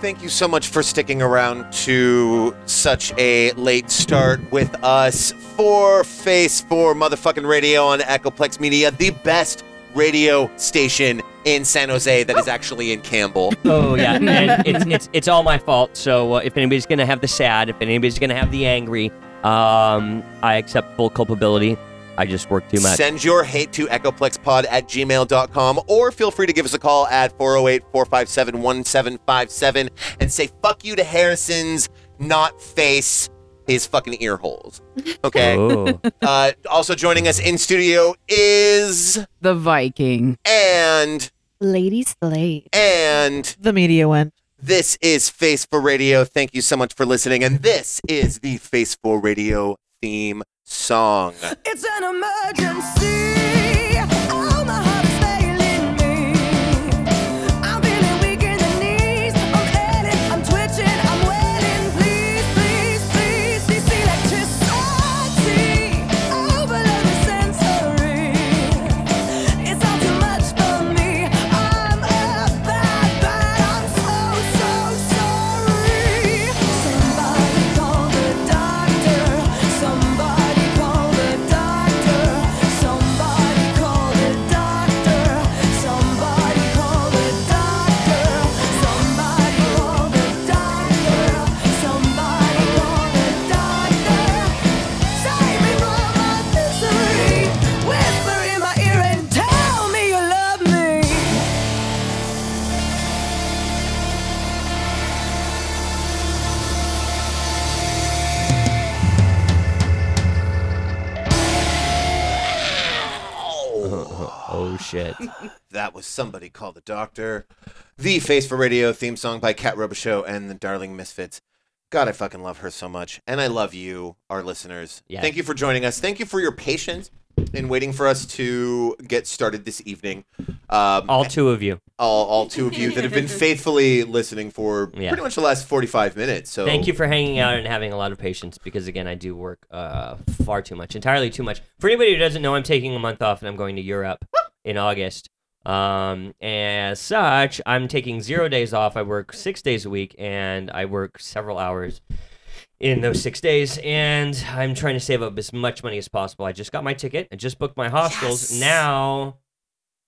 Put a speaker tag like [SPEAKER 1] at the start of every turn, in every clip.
[SPEAKER 1] Thank you so much for sticking around to such a late start with us for Face for motherfucking radio on Echoplex Media, the best radio station in San Jose that is actually in Campbell.
[SPEAKER 2] Oh yeah, and it's, it's it's all my fault. So uh, if anybody's gonna have the sad, if anybody's gonna have the angry, um, I accept full culpability. I just work too much.
[SPEAKER 1] Send your hate to echoplexpod at gmail.com or feel free to give us a call at 408 457 1757 and say, fuck you to Harrison's, not face his fucking ear holes. Okay.
[SPEAKER 2] Oh.
[SPEAKER 1] uh, also joining us in studio is
[SPEAKER 3] The Viking.
[SPEAKER 1] and
[SPEAKER 4] Ladies Slade.
[SPEAKER 1] and
[SPEAKER 5] The media went.
[SPEAKER 1] this is Face for Radio. Thank you so much for listening. And this is the Face for Radio theme song.
[SPEAKER 6] It's an emergency. Oh, my heart is failing me. I'm feeling weak in the knees. I'm ailing, I'm twitching, I'm wailing. Please, please, please, this electricity Oh, overload the sensory. It's all too much for me. I'm a bad, bad. I'm so, so sorry. Somebody call the doctor. Somebody call the doctor. Somebody call the doctor. Somebody call the doctor. Somebody call the doctor. Somebody call the doctor. Save me from my misery. Whisper in my ear and tell me you love me.
[SPEAKER 2] oh shit.
[SPEAKER 1] That was Somebody Call the Doctor. The Face for Radio theme song by Kat Robichaux and the Darling Misfits. God, I fucking love her so much. And I love you, our listeners.
[SPEAKER 2] Yes.
[SPEAKER 1] Thank you for joining us. Thank you for your patience in waiting for us to get started this evening. Um,
[SPEAKER 2] All two of you.
[SPEAKER 1] all, all two of you that have been faithfully listening for
[SPEAKER 2] Yeah.
[SPEAKER 1] pretty much the last 45 minutes. So
[SPEAKER 2] Thank you for hanging out and having a lot of patience because again, I do work uh, far too much, entirely too much. For anybody who doesn't know, I'm taking a month off and I'm going to Europe in August. Um, and as such, I'm taking zero days off. I work six days a week and I work several hours in those six days. And I'm trying to save up as much money as possible. I just got my ticket. I just booked my hostels.
[SPEAKER 1] Yes.
[SPEAKER 2] Now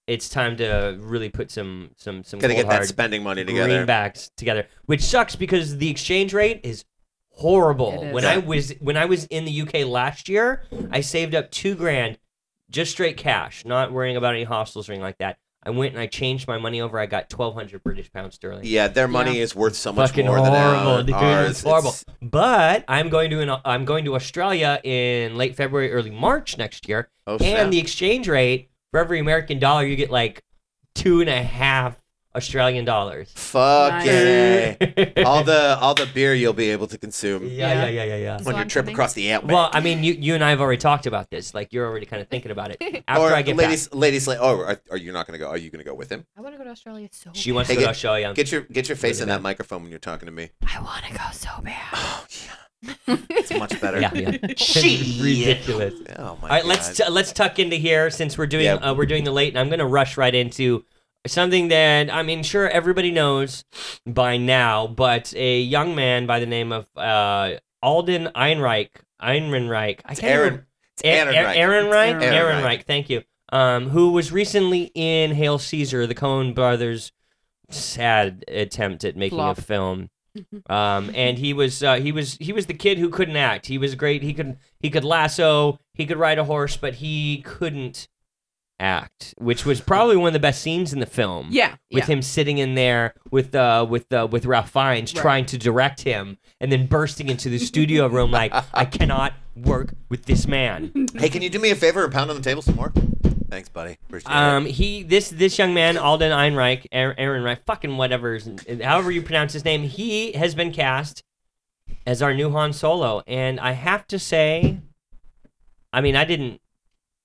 [SPEAKER 2] it's time to really put some some some
[SPEAKER 1] Gotta
[SPEAKER 2] cold
[SPEAKER 1] get that
[SPEAKER 2] hard
[SPEAKER 1] spending money together.
[SPEAKER 2] greenbacks together, which sucks because the exchange rate is horrible.
[SPEAKER 3] It is.
[SPEAKER 2] When I was when I was in the UK last year, I saved up two grand just straight cash, not worrying about any hostels or anything like that. I went and I changed my money over. I got twelve hundred British pounds sterling.
[SPEAKER 1] Yeah, their money is worth so much
[SPEAKER 2] Fucking
[SPEAKER 1] more
[SPEAKER 2] horrible,
[SPEAKER 1] than our,
[SPEAKER 2] dude.
[SPEAKER 1] ours.
[SPEAKER 2] It's horrible.
[SPEAKER 1] It's-
[SPEAKER 2] But I'm going to an, I'm going to Australia in late February, early March next year,
[SPEAKER 1] oh, snap.
[SPEAKER 2] and the exchange rate for every American dollar, you get like two and a half Australian dollars.
[SPEAKER 1] Fuck
[SPEAKER 3] Nice.
[SPEAKER 1] yeah. all the all the beer you'll be able to consume
[SPEAKER 2] Yeah, yeah, yeah, yeah, yeah.
[SPEAKER 4] That's
[SPEAKER 1] on
[SPEAKER 4] what
[SPEAKER 1] your
[SPEAKER 4] I'm
[SPEAKER 1] trip
[SPEAKER 4] thinking.
[SPEAKER 1] across the Outback.
[SPEAKER 2] Well, I mean, you you and I have already talked about this. Like, you're already kind of thinking about it. After
[SPEAKER 1] or
[SPEAKER 2] I get
[SPEAKER 1] ladies, ladies, like, oh, are, are you not going to go? Are you going to go with him?
[SPEAKER 4] I want to go to Australia so
[SPEAKER 2] back, she wants
[SPEAKER 1] Hey,
[SPEAKER 2] to
[SPEAKER 1] get-
[SPEAKER 2] go to Australia.
[SPEAKER 1] Get your get your face
[SPEAKER 2] Really
[SPEAKER 1] in that microphone when you're talking to me.
[SPEAKER 4] bad. I want to go so bad.
[SPEAKER 1] It's much better.
[SPEAKER 2] yeah, yeah. It's ridiculous.
[SPEAKER 1] Oh my
[SPEAKER 2] All right,
[SPEAKER 1] god.
[SPEAKER 2] let's t- let's tuck into here since we're doing
[SPEAKER 1] Yeah.
[SPEAKER 2] uh, we're doing the late, and I'm gonna rush right into something that I mean, sure everybody knows by now, but a young man by the name of uh, Alden Einreich, Einrenreich, I
[SPEAKER 1] it's
[SPEAKER 2] can't
[SPEAKER 1] Aaron.
[SPEAKER 2] remember-
[SPEAKER 1] It's
[SPEAKER 2] A-
[SPEAKER 1] Aaron.
[SPEAKER 2] A-
[SPEAKER 1] Reich.
[SPEAKER 2] Aaron Reich?
[SPEAKER 3] Aaron
[SPEAKER 2] Aaron,
[SPEAKER 1] Reich.
[SPEAKER 2] Reich, thank you. Um, who was recently in Hail Caesar, the Coen brothers' sad attempt at making
[SPEAKER 3] Flop.
[SPEAKER 2] a film. Um, and he was uh, he was he was the kid who couldn't act. He was great. He could he could lasso. He could ride a horse, but he couldn't act, which was probably one of the best scenes in the film
[SPEAKER 3] Yeah.
[SPEAKER 2] with him sitting in there with uh with uh with Ralph Fiennes
[SPEAKER 3] Right.
[SPEAKER 2] trying to direct him and then bursting into the studio room like I cannot work with this man.
[SPEAKER 1] Hey, can you do me a favor and pound on the table some more? Thanks, buddy. Appreciate
[SPEAKER 2] Um he this this young man Alden Einreich Aaron, Aaron Reich fucking whatever his- however you pronounce his name he has been cast as our new Han Solo and I have to say I mean I didn't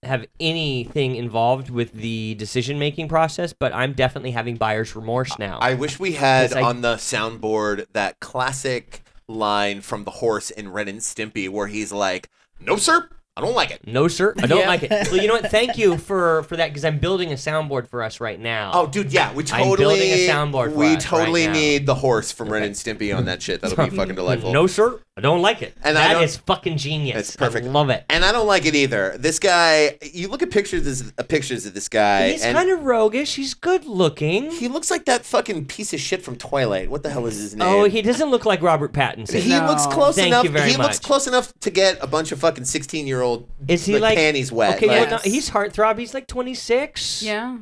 [SPEAKER 2] have anything involved with the decision making process but I'm definitely having buyer's remorse now.
[SPEAKER 1] it. I wish we had
[SPEAKER 2] Yes, I-
[SPEAKER 1] on the soundboard that classic line from the horse in Ren and Stimpy where he's like, "No, sir, I don't like it.
[SPEAKER 2] No, sir. I don't
[SPEAKER 3] Yeah.
[SPEAKER 2] like it. Well, you know what? Thank you for for that because I'm building a soundboard for us right now.
[SPEAKER 1] Oh, dude, yeah, we
[SPEAKER 2] I'm
[SPEAKER 1] totally.
[SPEAKER 2] building a soundboard for
[SPEAKER 1] we
[SPEAKER 2] us right
[SPEAKER 1] totally
[SPEAKER 2] now.
[SPEAKER 1] need the horse from Ren and Stimpy on that shit. That'll be fucking delightful.
[SPEAKER 2] No, sir. I don't like it.
[SPEAKER 1] And I
[SPEAKER 2] that
[SPEAKER 1] don't-
[SPEAKER 2] is fucking genius.
[SPEAKER 1] It's perfect.
[SPEAKER 2] I love it.
[SPEAKER 1] And I don't like it either. This guy, you look at pictures of, uh, pictures of this guy,
[SPEAKER 2] He's
[SPEAKER 1] and
[SPEAKER 2] kind of roguish. He's good looking.
[SPEAKER 1] he looks like that fucking piece of shit from Twilight. What the hell is his name?
[SPEAKER 2] oh, he doesn't look like Robert Pattinson.
[SPEAKER 1] He
[SPEAKER 3] No.
[SPEAKER 1] looks close
[SPEAKER 2] Thank
[SPEAKER 1] enough.
[SPEAKER 2] you very
[SPEAKER 1] he looks
[SPEAKER 2] much.
[SPEAKER 1] close enough to get a bunch of fucking sixteen-year-old
[SPEAKER 2] Is he
[SPEAKER 1] like,
[SPEAKER 2] like
[SPEAKER 1] panties wet.
[SPEAKER 2] Okay,
[SPEAKER 1] like-
[SPEAKER 2] yeah,
[SPEAKER 3] Yes.
[SPEAKER 2] no, he's heartthrob. He's like 26.
[SPEAKER 3] Yeah.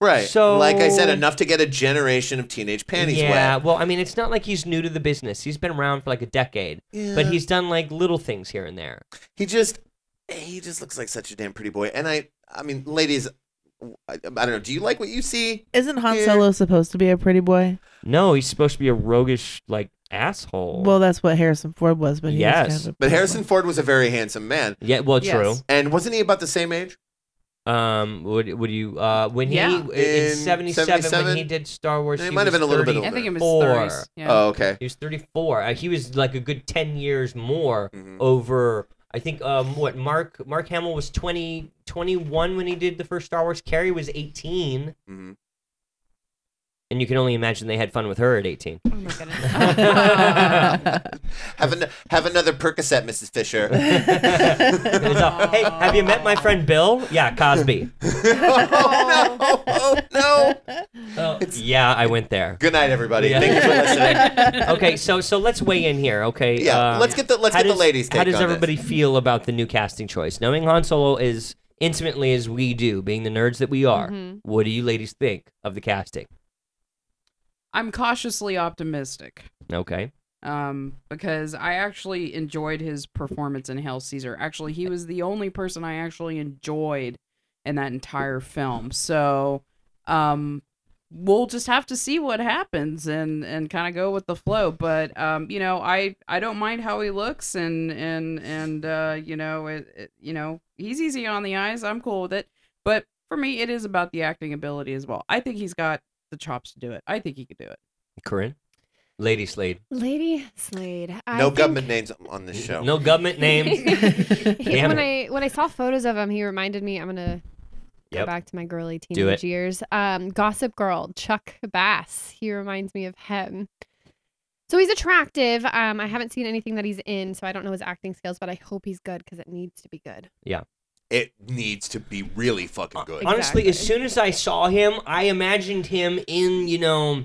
[SPEAKER 1] right.
[SPEAKER 2] so-
[SPEAKER 1] like I said, enough to get a generation of teenage panties
[SPEAKER 2] yeah,
[SPEAKER 1] wet.
[SPEAKER 2] well, I mean, it's not like he's new to the business. He's been around for like a decade, but
[SPEAKER 1] Yeah.
[SPEAKER 2] he's done like little things here and there.
[SPEAKER 1] he just he just looks like such a damn pretty boy. And I, I mean, ladies, I, I don't know. Do you like what you see?
[SPEAKER 6] Isn't Han
[SPEAKER 1] Yeah.
[SPEAKER 6] Solo supposed to be a pretty boy?
[SPEAKER 2] No, he's supposed to be a roguish like asshole.
[SPEAKER 6] Well, that's what Harrison Ford was, but he was
[SPEAKER 2] Yes.
[SPEAKER 6] kind of a
[SPEAKER 1] But
[SPEAKER 6] pretty
[SPEAKER 1] Harrison
[SPEAKER 6] boy.
[SPEAKER 1] Ford was a very handsome man.
[SPEAKER 2] yeah, well, true.
[SPEAKER 3] Yes.
[SPEAKER 1] And wasn't he about the same age?
[SPEAKER 2] Um, would would you uh when
[SPEAKER 3] Yeah.
[SPEAKER 2] he in
[SPEAKER 1] In
[SPEAKER 2] '77 when
[SPEAKER 1] 77?
[SPEAKER 2] he did Star Wars,
[SPEAKER 1] It
[SPEAKER 2] he
[SPEAKER 1] might have
[SPEAKER 2] was
[SPEAKER 1] been a little bit
[SPEAKER 2] 30
[SPEAKER 3] I think it was
[SPEAKER 2] Or-
[SPEAKER 3] 30s. Yeah.
[SPEAKER 1] Oh, okay.
[SPEAKER 2] He was 34. Uh, he was like a good 10 years more
[SPEAKER 1] Mhm.
[SPEAKER 2] over. I think um what Mark Mark Hamill was 20 21 when he did the first Star Wars. Carrie was 18,
[SPEAKER 1] Mhm.
[SPEAKER 2] and you can only imagine they had fun with her at 18.
[SPEAKER 4] Oh my goodness.
[SPEAKER 1] Have an, have another Percocet, Mrs. Fisher.
[SPEAKER 2] It was all, hey, have you met my friend Bill? Yeah, Cosby.
[SPEAKER 1] oh no! Oh no!
[SPEAKER 2] Oh, yeah, I went there.
[SPEAKER 1] Good night, everybody.
[SPEAKER 2] Yeah.
[SPEAKER 1] Thank you for listening.
[SPEAKER 2] Okay, so so let's weigh in here. Okay,
[SPEAKER 1] Yeah,
[SPEAKER 2] um,
[SPEAKER 1] let's get the let's
[SPEAKER 2] how
[SPEAKER 1] get
[SPEAKER 2] does,
[SPEAKER 1] the ladies. Take
[SPEAKER 2] How does
[SPEAKER 1] on this.
[SPEAKER 2] everybody feel about the new casting choice? Knowing Han Solo is intimately as we do, being the nerds that we
[SPEAKER 4] Mm-hmm.
[SPEAKER 2] are,
[SPEAKER 3] Mhm.
[SPEAKER 2] what do you ladies think of the casting?
[SPEAKER 3] I'm cautiously optimistic.
[SPEAKER 2] Okay.
[SPEAKER 3] um, because I actually enjoyed his performance in Hail Caesar. Actually, he was the only person I actually enjoyed in that entire film. So, um, we'll just have to see what happens and and kind of go with the flow. But um, you know, I I don't mind how he looks and and and uh, you know, it, it, you know, he's easy on the eyes. I'm cool with it. But for me, it is about the acting ability as well. I think he's got the chops to do it. I think he could do it.
[SPEAKER 2] Corinne? Lady Slade.
[SPEAKER 4] Lady Slade. I
[SPEAKER 1] No
[SPEAKER 4] think-
[SPEAKER 1] government names on this show.
[SPEAKER 2] No government names.
[SPEAKER 4] He-
[SPEAKER 2] Damn
[SPEAKER 4] when I when I saw photos of him, he reminded me. I'm gonna go
[SPEAKER 2] Yep.
[SPEAKER 4] back to my girly
[SPEAKER 2] Do it.
[SPEAKER 4] teenage years. Um, Gossip Girl, Chuck Bass. He reminds me of him. So he's attractive. Um, I haven't seen anything that he's in, so I don't know his acting skills, but I hope he's good because it needs to be good.
[SPEAKER 1] It needs to be really fucking good.
[SPEAKER 2] Honestly, as
[SPEAKER 4] Exactly.
[SPEAKER 2] soon as I saw him, I imagined him in, you know,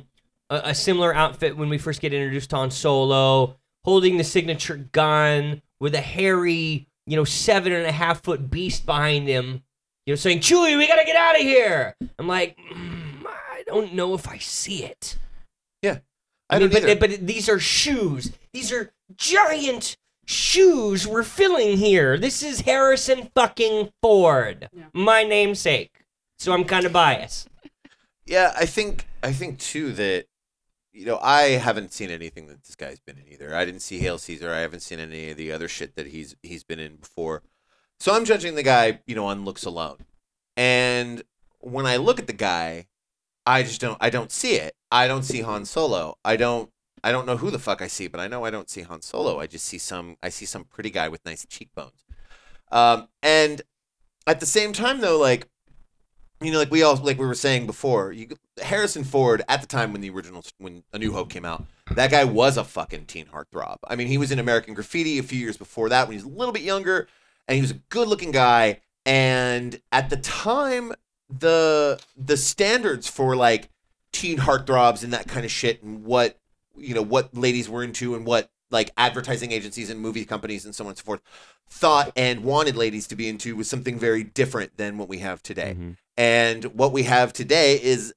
[SPEAKER 2] a, a similar outfit when we first get introduced to Han Solo, holding the signature gun with a hairy, you know, seven and a half foot beast behind him, you know, saying, Chewie, we gotta get out of here. I'm like, mm, I don't know if I see it.
[SPEAKER 1] I
[SPEAKER 2] mean,
[SPEAKER 1] don't either.
[SPEAKER 2] but, but these are shoes. These are giant shoes we're filling here. This is Harrison fucking Ford,
[SPEAKER 3] Yeah.
[SPEAKER 2] my namesake. So I'm kind of biased.
[SPEAKER 1] Yeah, I think I think too that you know I haven't seen anything that this guy's been in either. I didn't see Hail Caesar. I haven't seen any of the other shit that he's he's been in before. So I'm judging the guy, you know, on looks alone. And when I look at the guy, I just don't I don't see it. I don't see Han Solo. I don't I don't know who the fuck I see, but I know I don't see Han Solo. I just see some I see some pretty guy with nice cheekbones. Um and at the same time though like you know like we all like we were saying before, you Harrison Ford at the time when the original when A New Hope came out, that guy was a fucking teen heartthrob. I mean, he was in American Graffiti a few years before that when he was a little bit younger, and he was a good-looking guy. And at the time, the the standards for like teen heartthrobs and that kind of shit, and what you know what ladies were into, and what like advertising agencies and movie companies and so on and so forth thought and wanted ladies to be into was something very different than what we have today.
[SPEAKER 2] Mm-hmm.
[SPEAKER 1] And what we have today is,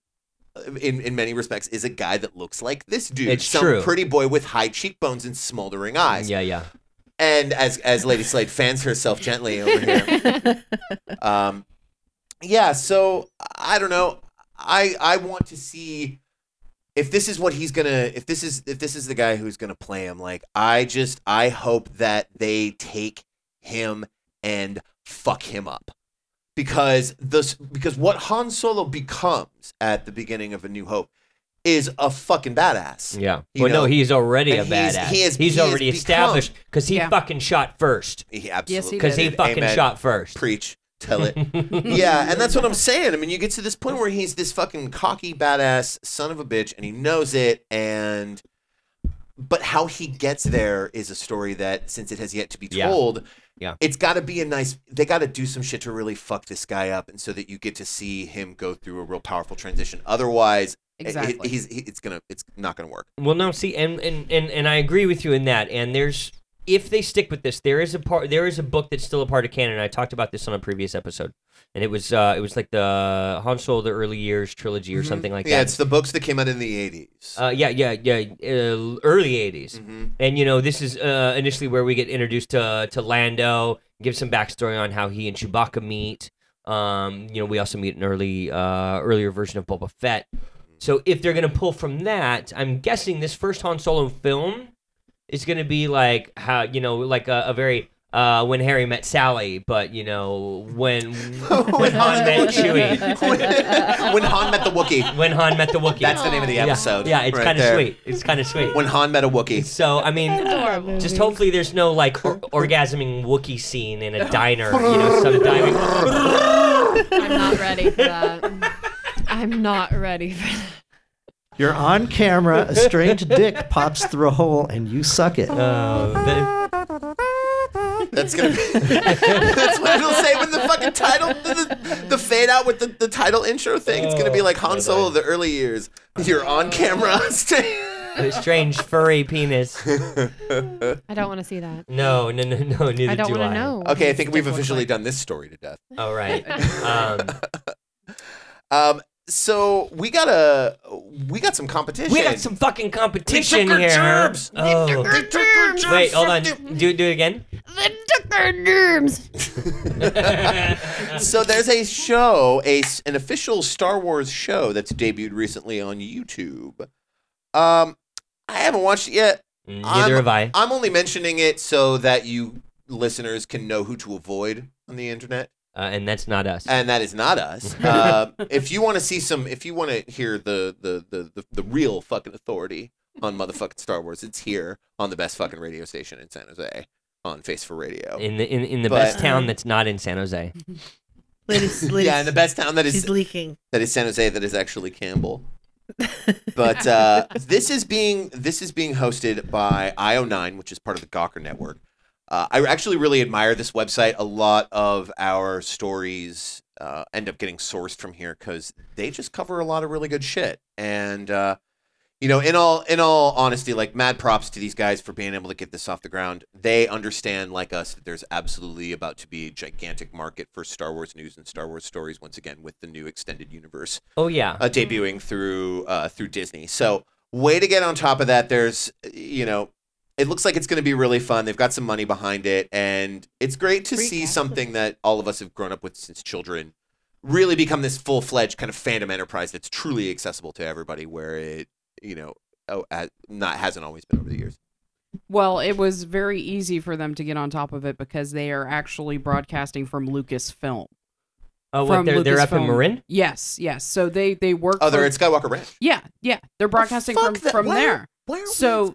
[SPEAKER 1] in in many respects, is a guy that looks like this dude.
[SPEAKER 2] It's
[SPEAKER 1] Some
[SPEAKER 2] true.
[SPEAKER 1] pretty boy with high cheekbones and smoldering eyes.
[SPEAKER 2] Yeah, yeah.
[SPEAKER 1] And as as Lady Slade fans herself gently over here. Um, yeah. So I don't know. I I want to see if this is what he's gonna. If this is if this is the guy who's gonna play him. Like I just I hope that they take him and fuck him up because this because what Han Solo becomes at the beginning of A New Hope is a fucking badass.
[SPEAKER 2] Yeah.
[SPEAKER 1] You
[SPEAKER 2] well, no,
[SPEAKER 1] know?
[SPEAKER 2] he's already a
[SPEAKER 1] And he's-
[SPEAKER 2] badass.
[SPEAKER 1] he is-
[SPEAKER 2] he's
[SPEAKER 1] he has
[SPEAKER 2] already
[SPEAKER 1] become-
[SPEAKER 2] established because he
[SPEAKER 3] Yeah.
[SPEAKER 2] fucking shot first.
[SPEAKER 1] He
[SPEAKER 3] Yes,
[SPEAKER 1] absolutely
[SPEAKER 3] he
[SPEAKER 2] Because he
[SPEAKER 3] did.
[SPEAKER 2] fucking
[SPEAKER 1] Amen.
[SPEAKER 2] shot first.
[SPEAKER 1] preach, tell it. yeah, and that's what I'm saying. I mean, you get to this point where he's this fucking cocky badass son of a bitch, and he knows it. And but how he gets there is a story that, since it has yet to be
[SPEAKER 2] Yeah.
[SPEAKER 1] told,
[SPEAKER 2] Yeah.
[SPEAKER 1] it's got to be a nice. They got to do some shit to really fuck this guy up, and so that you get to see him go through a real powerful transition. Otherwise, it- it-
[SPEAKER 3] Exactly.
[SPEAKER 1] he's he, it's gonna it's not gonna work.
[SPEAKER 2] Well, no, see, and, and and and I agree with you in that. And there's if they stick with this, there is a part, there is a book that's still a part of canon. I talked about this on a previous episode, and it was uh, it was like the Han Solo the early years trilogy or
[SPEAKER 3] Mhm.
[SPEAKER 2] something like
[SPEAKER 1] Mm-hmm. yeah,
[SPEAKER 2] that.
[SPEAKER 1] it's the books that came out in the '80s.
[SPEAKER 2] uh, yeah, yeah, yeah, uh, early '80s,
[SPEAKER 1] Mhm.
[SPEAKER 2] and you know this is uh, initially where we get introduced to to Lando, give some backstory on how he and Chewbacca meet. Um, you know, we also meet an early uh, earlier version of Boba Fett. So if they're gonna pull from that, I'm guessing this first Han Solo film is gonna be like how you know like a, a very uh, when Harry met Sally, but you know when when Han met Chewie,
[SPEAKER 1] when, when Han met the Wookiee.
[SPEAKER 2] when Han met the Wookiee.
[SPEAKER 1] That's the name of the
[SPEAKER 2] Yeah.
[SPEAKER 1] episode.
[SPEAKER 2] Yeah, it's
[SPEAKER 1] right
[SPEAKER 2] kind of
[SPEAKER 1] there.
[SPEAKER 2] sweet. It's kind of sweet.
[SPEAKER 1] When Han met a Wookiee.
[SPEAKER 2] So I mean,
[SPEAKER 4] Adorable.
[SPEAKER 2] just hopefully there's no like or- orgasming Wookiee scene in a diner, you know, some diving.
[SPEAKER 4] I'm not ready for that. I'm not ready for that.
[SPEAKER 7] You're on camera, a strange dick pops through a hole, and you suck it.
[SPEAKER 2] Uh, the-
[SPEAKER 1] That's gonna be. that's what it'll say when the fucking title, the, the, the fade out with the, the title intro thing. It's gonna be like
[SPEAKER 2] Oh,
[SPEAKER 1] Han Solo, the early years. You're on camera.
[SPEAKER 2] the strange furry penis.
[SPEAKER 4] I don't want to see that.
[SPEAKER 2] No, no, no, no. Neither
[SPEAKER 4] I don't
[SPEAKER 2] do
[SPEAKER 4] want
[SPEAKER 2] I.
[SPEAKER 4] to know.
[SPEAKER 1] okay, I think we've officially done this story to death.
[SPEAKER 2] All right. Um,
[SPEAKER 1] Um, so we got a we got some competition.
[SPEAKER 2] we got some fucking competition
[SPEAKER 1] our
[SPEAKER 2] here.
[SPEAKER 1] germs.
[SPEAKER 2] Oh.
[SPEAKER 1] They took our jobs
[SPEAKER 2] Wait, hold
[SPEAKER 1] from
[SPEAKER 2] on.
[SPEAKER 1] them.
[SPEAKER 2] Do do it again.
[SPEAKER 4] They took our germs.
[SPEAKER 2] Mm,
[SPEAKER 1] So there's a show, a s- an official Star Wars show that's debuted recently on YouTube. Um, I haven't watched it yet.
[SPEAKER 2] Neither
[SPEAKER 1] I'm-
[SPEAKER 2] have I.
[SPEAKER 1] I'm only mentioning it so that you listeners can know who to avoid on the internet,
[SPEAKER 2] Uh, and that's not us.
[SPEAKER 1] and that is not us. Uh, if you want to see some, if you want to hear the the, the the the real fucking authority on motherfucking Star Wars, it's here on the best fucking radio station in San Jose on Face for Radio.
[SPEAKER 2] in the in, in the
[SPEAKER 1] But-
[SPEAKER 2] best town that's not in San Jose.
[SPEAKER 8] Ladies, ladies.
[SPEAKER 1] yeah, in the best town that is
[SPEAKER 8] She's leaking.
[SPEAKER 1] that is San Jose that is actually Campbell. but uh, this is being this is being hosted by IO9, which is part of the Gawker network. Uh, I actually really admire this website. A lot of our stories uh, end up getting sourced from here because they just cover a lot of really good shit. And uh, you know, in all in all honesty, like mad props to these guys for being able to get this off the ground. They understand, like us, that there's absolutely about to be a gigantic market for Star Wars news and Star Wars stories once again with the new extended universe
[SPEAKER 2] Oh yeah.
[SPEAKER 1] uh,
[SPEAKER 3] Mm-hmm.
[SPEAKER 1] debuting through uh, through Disney. So way to get on top of that. There's you know, it looks like it's going to be really fun. They've got some money behind it, and it's great to see something that all of us have grown up with since children really become this full fledged kind of fandom enterprise that's truly accessible to everybody. Where it you know oh, ha- not hasn't always been over the years.
[SPEAKER 3] Well, it was very easy for them to get on top of it because they are actually broadcasting from Lucasfilm.
[SPEAKER 2] Oh, what?
[SPEAKER 3] from
[SPEAKER 2] They're, they're up in
[SPEAKER 3] Lucasfilm.
[SPEAKER 2] Marin.
[SPEAKER 3] Yes, yes. So they they work.
[SPEAKER 1] Oh, they're
[SPEAKER 3] for-
[SPEAKER 1] at Skywalker Ranch.
[SPEAKER 3] yeah, yeah. They're broadcasting
[SPEAKER 1] fuck
[SPEAKER 3] from
[SPEAKER 1] that-
[SPEAKER 3] from
[SPEAKER 1] why-
[SPEAKER 3] there.
[SPEAKER 1] why are we
[SPEAKER 3] so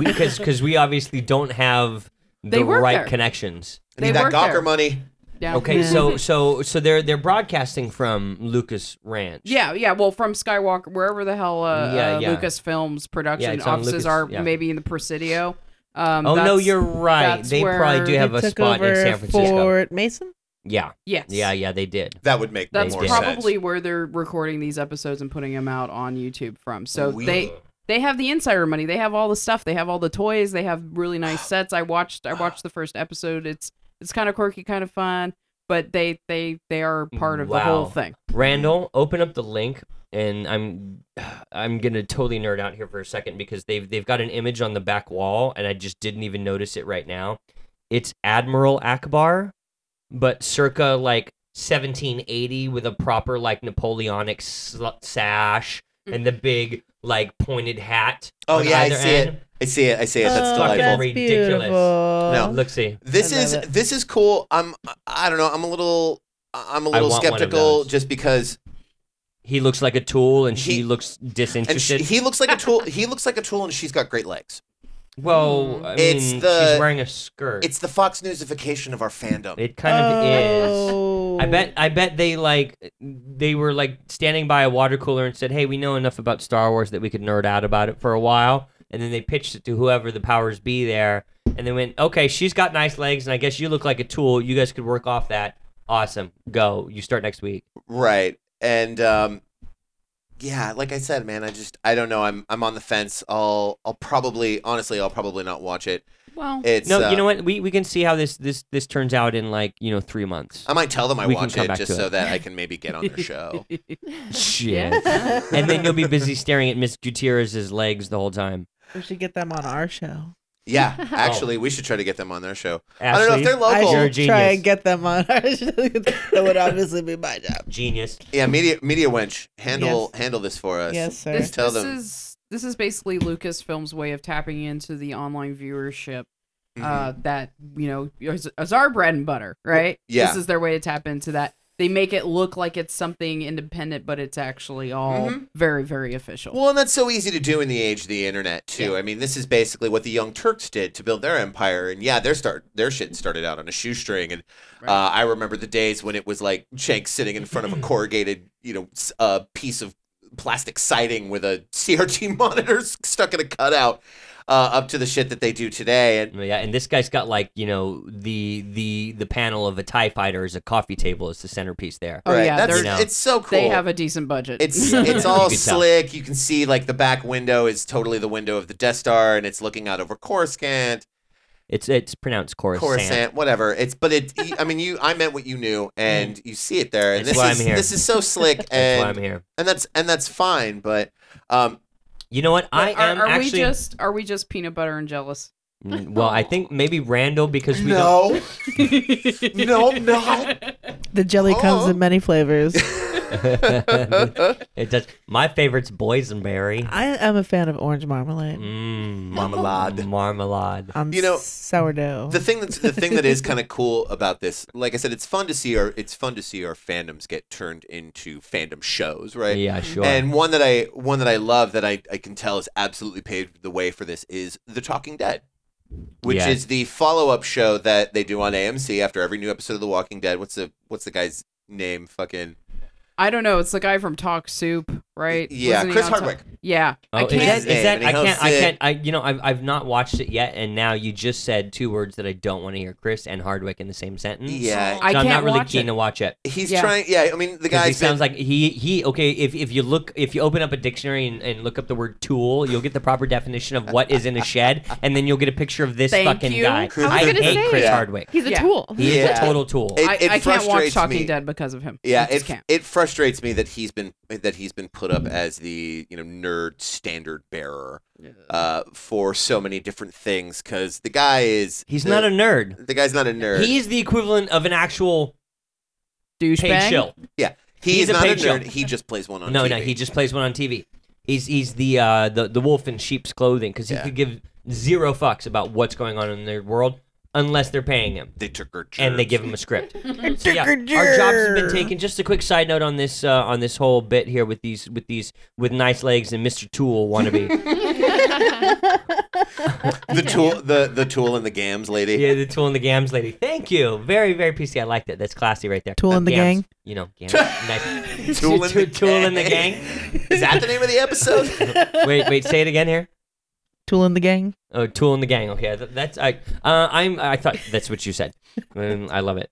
[SPEAKER 2] because because we obviously don't have the
[SPEAKER 3] They work
[SPEAKER 2] right
[SPEAKER 3] there.
[SPEAKER 2] connections.
[SPEAKER 1] I
[SPEAKER 3] They
[SPEAKER 1] need that
[SPEAKER 3] work
[SPEAKER 1] Gawker
[SPEAKER 3] there.
[SPEAKER 1] money.
[SPEAKER 3] yeah.
[SPEAKER 2] Okay,
[SPEAKER 8] Yeah.
[SPEAKER 2] so so so they're they're broadcasting from Lucas Ranch.
[SPEAKER 3] Yeah, yeah. Well, from Skywalker, wherever the hell uh,
[SPEAKER 2] Yeah,
[SPEAKER 3] uh,
[SPEAKER 2] yeah.
[SPEAKER 3] Lucasfilm's production
[SPEAKER 2] it's on
[SPEAKER 3] offices
[SPEAKER 2] Lucas-
[SPEAKER 3] are,
[SPEAKER 2] yeah.
[SPEAKER 3] maybe in the Presidio. Um,
[SPEAKER 2] Oh no,
[SPEAKER 3] that's-
[SPEAKER 2] you're right.
[SPEAKER 3] that's
[SPEAKER 2] They probably
[SPEAKER 3] where
[SPEAKER 2] do have
[SPEAKER 8] They
[SPEAKER 2] a
[SPEAKER 8] took
[SPEAKER 2] spot in
[SPEAKER 8] over
[SPEAKER 2] San Francisco.
[SPEAKER 8] Fort Mason.
[SPEAKER 2] Yeah.
[SPEAKER 3] Yes.
[SPEAKER 2] Yeah, yeah, they did.
[SPEAKER 1] That would make
[SPEAKER 3] That's
[SPEAKER 1] more
[SPEAKER 2] did.
[SPEAKER 3] probably
[SPEAKER 1] sense.
[SPEAKER 3] where they're recording these episodes and putting them out on YouTube from. So
[SPEAKER 1] We-
[SPEAKER 3] they they have the insider money. They have all the stuff. They have all the toys. They have really nice sets. I watched I watched the first episode. It's it's kind of quirky, kind of fun, but they they they are part of the whole
[SPEAKER 2] Wow.
[SPEAKER 3] thing.
[SPEAKER 2] Randall, open up the link and I'm I'm going to totally nerd out here for a second because they've they've got an image on the back wall and I just didn't even notice it right now. It's Admiral Akbar but circa like 1780 with a proper like Napoleonic sl- sash and the big like pointed hat.
[SPEAKER 1] Oh
[SPEAKER 2] on
[SPEAKER 1] yeah, I
[SPEAKER 2] either
[SPEAKER 1] see
[SPEAKER 2] end.
[SPEAKER 1] it. I see it. I see it. That's
[SPEAKER 8] oh,
[SPEAKER 2] fucking
[SPEAKER 1] delightful.
[SPEAKER 8] That's
[SPEAKER 2] ridiculous.
[SPEAKER 8] beautiful.
[SPEAKER 1] No.
[SPEAKER 2] Look see.
[SPEAKER 1] This
[SPEAKER 8] I love
[SPEAKER 1] is
[SPEAKER 8] it.
[SPEAKER 1] this is cool. I'm I don't know. I'm a little I'm a little
[SPEAKER 2] want one of
[SPEAKER 1] skeptical
[SPEAKER 2] those.
[SPEAKER 1] just because
[SPEAKER 2] he looks like a tool and she
[SPEAKER 1] He-
[SPEAKER 2] looks
[SPEAKER 1] And she,
[SPEAKER 2] disinterested.
[SPEAKER 1] he looks like a tool. He looks like a tool, and she's got great legs.
[SPEAKER 2] well, I
[SPEAKER 1] It's
[SPEAKER 2] mean,
[SPEAKER 1] the-
[SPEAKER 2] she's wearing a skirt.
[SPEAKER 1] It's the Fox Newsification of our fandom.
[SPEAKER 2] it kind of is.
[SPEAKER 7] Oh.
[SPEAKER 2] I bet I bet they like they were like standing by a water cooler and said, "Hey, we know enough about Star Wars that we could nerd out about it for a while." And then they pitched it to whoever the powers be there, and they went, "Okay, she's got nice legs, and I guess you look like a tool. You guys could work off that. Awesome, go. You start next week."
[SPEAKER 1] Right. And um yeah, like I said, man, I just I don't know. I'm I'm on the fence. I'll I'll probably honestly I'll probably not watch it.
[SPEAKER 3] Well,
[SPEAKER 1] It's
[SPEAKER 2] No,
[SPEAKER 1] uh,
[SPEAKER 2] you know what? We we can see how this this this turns out in like you know three months.
[SPEAKER 1] I might tell them I
[SPEAKER 2] We can
[SPEAKER 1] watch
[SPEAKER 2] come
[SPEAKER 1] it
[SPEAKER 2] back
[SPEAKER 1] just
[SPEAKER 2] to
[SPEAKER 1] so
[SPEAKER 2] it.
[SPEAKER 1] that I can maybe get on their show.
[SPEAKER 2] Shit. and then you'll be busy staring at Miss Gutierrez's legs the whole time.
[SPEAKER 7] we should get them on our show.
[SPEAKER 1] Yeah, actually, we should try to get them on their show.
[SPEAKER 2] Ashley,
[SPEAKER 1] I don't know if they're local.
[SPEAKER 2] You're
[SPEAKER 7] Oh. I
[SPEAKER 2] a
[SPEAKER 7] should try
[SPEAKER 2] genius.
[SPEAKER 7] and get them on our show. that would obviously be my job.
[SPEAKER 2] genius.
[SPEAKER 1] Yeah, media media wench, handle handle this for us.
[SPEAKER 7] Yes, sir.
[SPEAKER 3] this,
[SPEAKER 1] Just tell
[SPEAKER 3] this
[SPEAKER 1] them.
[SPEAKER 3] is this is basically Lucasfilm's way of tapping into the online viewership
[SPEAKER 1] Mm-hmm.
[SPEAKER 2] Mm-hmm.
[SPEAKER 3] uh, that you know is, is our bread and butter, right?
[SPEAKER 1] yeah.
[SPEAKER 3] this is their way to tap into that. They make it look like it's something independent, but it's actually all very, very official.
[SPEAKER 1] Mm-hmm. Well, and that's so easy to do in the age of the internet too. I mean, this is basically what the Young Turks did to build their empire, and yeah, their start their shit started out on a shoestring. And uh, I remember the days when it was like Shank sitting in front of a corrugated, you know, s- uh, piece of plastic siding with a CRT monitor s- stuck in a cutout, uh, up to the shit that they do today. And
[SPEAKER 2] Yeah, and this guy's got like you know the the the panel of a Tie Fighter as a coffee table as the centerpiece there.
[SPEAKER 3] Oh, yeah,
[SPEAKER 1] that's
[SPEAKER 3] they're-
[SPEAKER 2] You know.
[SPEAKER 1] it's so cool.
[SPEAKER 3] They have a decent budget.
[SPEAKER 1] It's
[SPEAKER 2] Yeah,
[SPEAKER 1] it's
[SPEAKER 2] you
[SPEAKER 1] all
[SPEAKER 2] can tell.
[SPEAKER 1] slick. You can see like the back window is totally the window of the Death Star, and it's looking out over Coruscant.
[SPEAKER 2] It's it's pronounced Coruscant.
[SPEAKER 1] Coruscant, whatever. It's but it. I mean, you. I meant what you knew, and you see it there. And
[SPEAKER 2] Mm. That's
[SPEAKER 1] this
[SPEAKER 2] why
[SPEAKER 1] is
[SPEAKER 2] I'm here.
[SPEAKER 1] this is so slick,
[SPEAKER 2] That's why
[SPEAKER 1] and
[SPEAKER 2] I'm here.
[SPEAKER 1] and that's and that's fine. But um,
[SPEAKER 2] You know what? I
[SPEAKER 3] But are,
[SPEAKER 2] am
[SPEAKER 3] are
[SPEAKER 2] actually.
[SPEAKER 3] we just are we just peanut butter and jealous?
[SPEAKER 2] Mm, Well, I think maybe Randall because we don't.
[SPEAKER 1] no, no, I'm not.
[SPEAKER 7] The jelly comes
[SPEAKER 1] Oh.
[SPEAKER 7] in many flavors.
[SPEAKER 2] it does. My favorite's boysenberry.
[SPEAKER 1] Ah.
[SPEAKER 7] I am a fan of orange marmalade.
[SPEAKER 2] Mm,
[SPEAKER 1] Marmalade.
[SPEAKER 2] Marmalade.
[SPEAKER 7] I'm
[SPEAKER 1] You know,
[SPEAKER 7] sourdough.
[SPEAKER 1] The thing that's the thing that is kind of cool about this, like I said, it's fun to see our it's fun to see our fandoms get turned into fandom shows, right?
[SPEAKER 2] Yeah, sure.
[SPEAKER 1] And one that I one that I love that I, I can tell has absolutely paved the way for this is The Talking Dead, which
[SPEAKER 2] Yeah.
[SPEAKER 1] is the follow up show that they do on AMC after every new episode of The Walking Dead. What's the what's the guy's name? Fucking
[SPEAKER 3] I don't know. It's the guy from Talk Soup, right?
[SPEAKER 1] yeah,
[SPEAKER 3] Wasn't he
[SPEAKER 1] Chris
[SPEAKER 3] on Talk-
[SPEAKER 1] Hardwick.
[SPEAKER 3] Yeah, I
[SPEAKER 2] Oh, is
[SPEAKER 3] can't.
[SPEAKER 2] that,
[SPEAKER 1] His name,
[SPEAKER 2] is that
[SPEAKER 1] and he
[SPEAKER 2] I can't
[SPEAKER 1] hosts
[SPEAKER 2] I
[SPEAKER 1] it.
[SPEAKER 2] can't I you know I've I've not watched it yet and now you just said two words that I don't want to hear Chris and Hardwick in the same sentence.
[SPEAKER 1] Yeah.
[SPEAKER 2] So
[SPEAKER 3] I
[SPEAKER 2] I'm not
[SPEAKER 3] can't
[SPEAKER 2] really
[SPEAKER 3] watch
[SPEAKER 2] keen
[SPEAKER 3] it.
[SPEAKER 2] to watch it.
[SPEAKER 1] He's
[SPEAKER 3] Oh, Yeah.
[SPEAKER 1] trying. Yeah, I mean the
[SPEAKER 2] 'Cause
[SPEAKER 1] guy
[SPEAKER 2] he sounds like he he okay if, if you look if you open up a dictionary and, and look up the word tool you'll get the proper definition of what is in a shed and then you'll get a picture of this
[SPEAKER 3] Thank
[SPEAKER 2] fucking
[SPEAKER 3] you.
[SPEAKER 2] guy.
[SPEAKER 1] I was
[SPEAKER 4] gonna
[SPEAKER 2] hate
[SPEAKER 4] say.
[SPEAKER 2] Chris
[SPEAKER 1] Yeah.
[SPEAKER 2] Hardwick.
[SPEAKER 4] He's a
[SPEAKER 3] Yeah.
[SPEAKER 4] tool.
[SPEAKER 2] He is
[SPEAKER 1] Yeah.
[SPEAKER 2] a total tool.
[SPEAKER 1] It-
[SPEAKER 3] I,
[SPEAKER 1] it
[SPEAKER 3] I can't watch
[SPEAKER 1] frustrates
[SPEAKER 3] Talking
[SPEAKER 1] me.
[SPEAKER 3] Dead because of him.
[SPEAKER 1] Yeah,
[SPEAKER 3] I just
[SPEAKER 1] it
[SPEAKER 3] can't.
[SPEAKER 1] it frustrates me that he's been that he's been put up as the you know nerd standard bearer uh, for so many different things because the guy is
[SPEAKER 2] He's
[SPEAKER 1] the-
[SPEAKER 2] not a nerd.
[SPEAKER 1] the guy's not a nerd.
[SPEAKER 2] He is the equivalent of an actual paid
[SPEAKER 3] Douchebag.
[SPEAKER 2] shill.
[SPEAKER 1] yeah. He
[SPEAKER 2] he's
[SPEAKER 1] is
[SPEAKER 2] a
[SPEAKER 1] not a
[SPEAKER 2] paid show.
[SPEAKER 1] nerd. He just plays one on
[SPEAKER 2] no,
[SPEAKER 1] TV.
[SPEAKER 2] no, he just plays one on TV. He's he's the uh, the the wolf in sheep's clothing because he
[SPEAKER 1] Yeah.
[SPEAKER 2] could give zero fucks about what's going on in their world unless they're paying him
[SPEAKER 1] they took her
[SPEAKER 2] and they
[SPEAKER 1] germs.
[SPEAKER 2] give him a script.
[SPEAKER 7] Mm.
[SPEAKER 2] So, yeah, our jobs have been taken. Just a quick side note on this uh, on this whole bit here with these with these with nice legs and Mr. Tool wannabe.
[SPEAKER 1] the tool the the tool and the gams lady
[SPEAKER 2] yeah, the Tool and the Gams lady. Thank you, very very PC. I like that. That's classy right there.
[SPEAKER 7] Tool and the
[SPEAKER 2] Gams,
[SPEAKER 7] gang.
[SPEAKER 2] You know, Gams. nice.
[SPEAKER 1] Tool and the
[SPEAKER 2] Tool and the
[SPEAKER 1] gang.
[SPEAKER 2] gang.
[SPEAKER 1] is that the name of the episode
[SPEAKER 2] Wait, wait. Say it again here.
[SPEAKER 7] Tool in the gang.
[SPEAKER 2] Oh, Tool and the Gang. Okay, I th- that's I. Uh, I'm. I thought that's what you said. Um, I love it.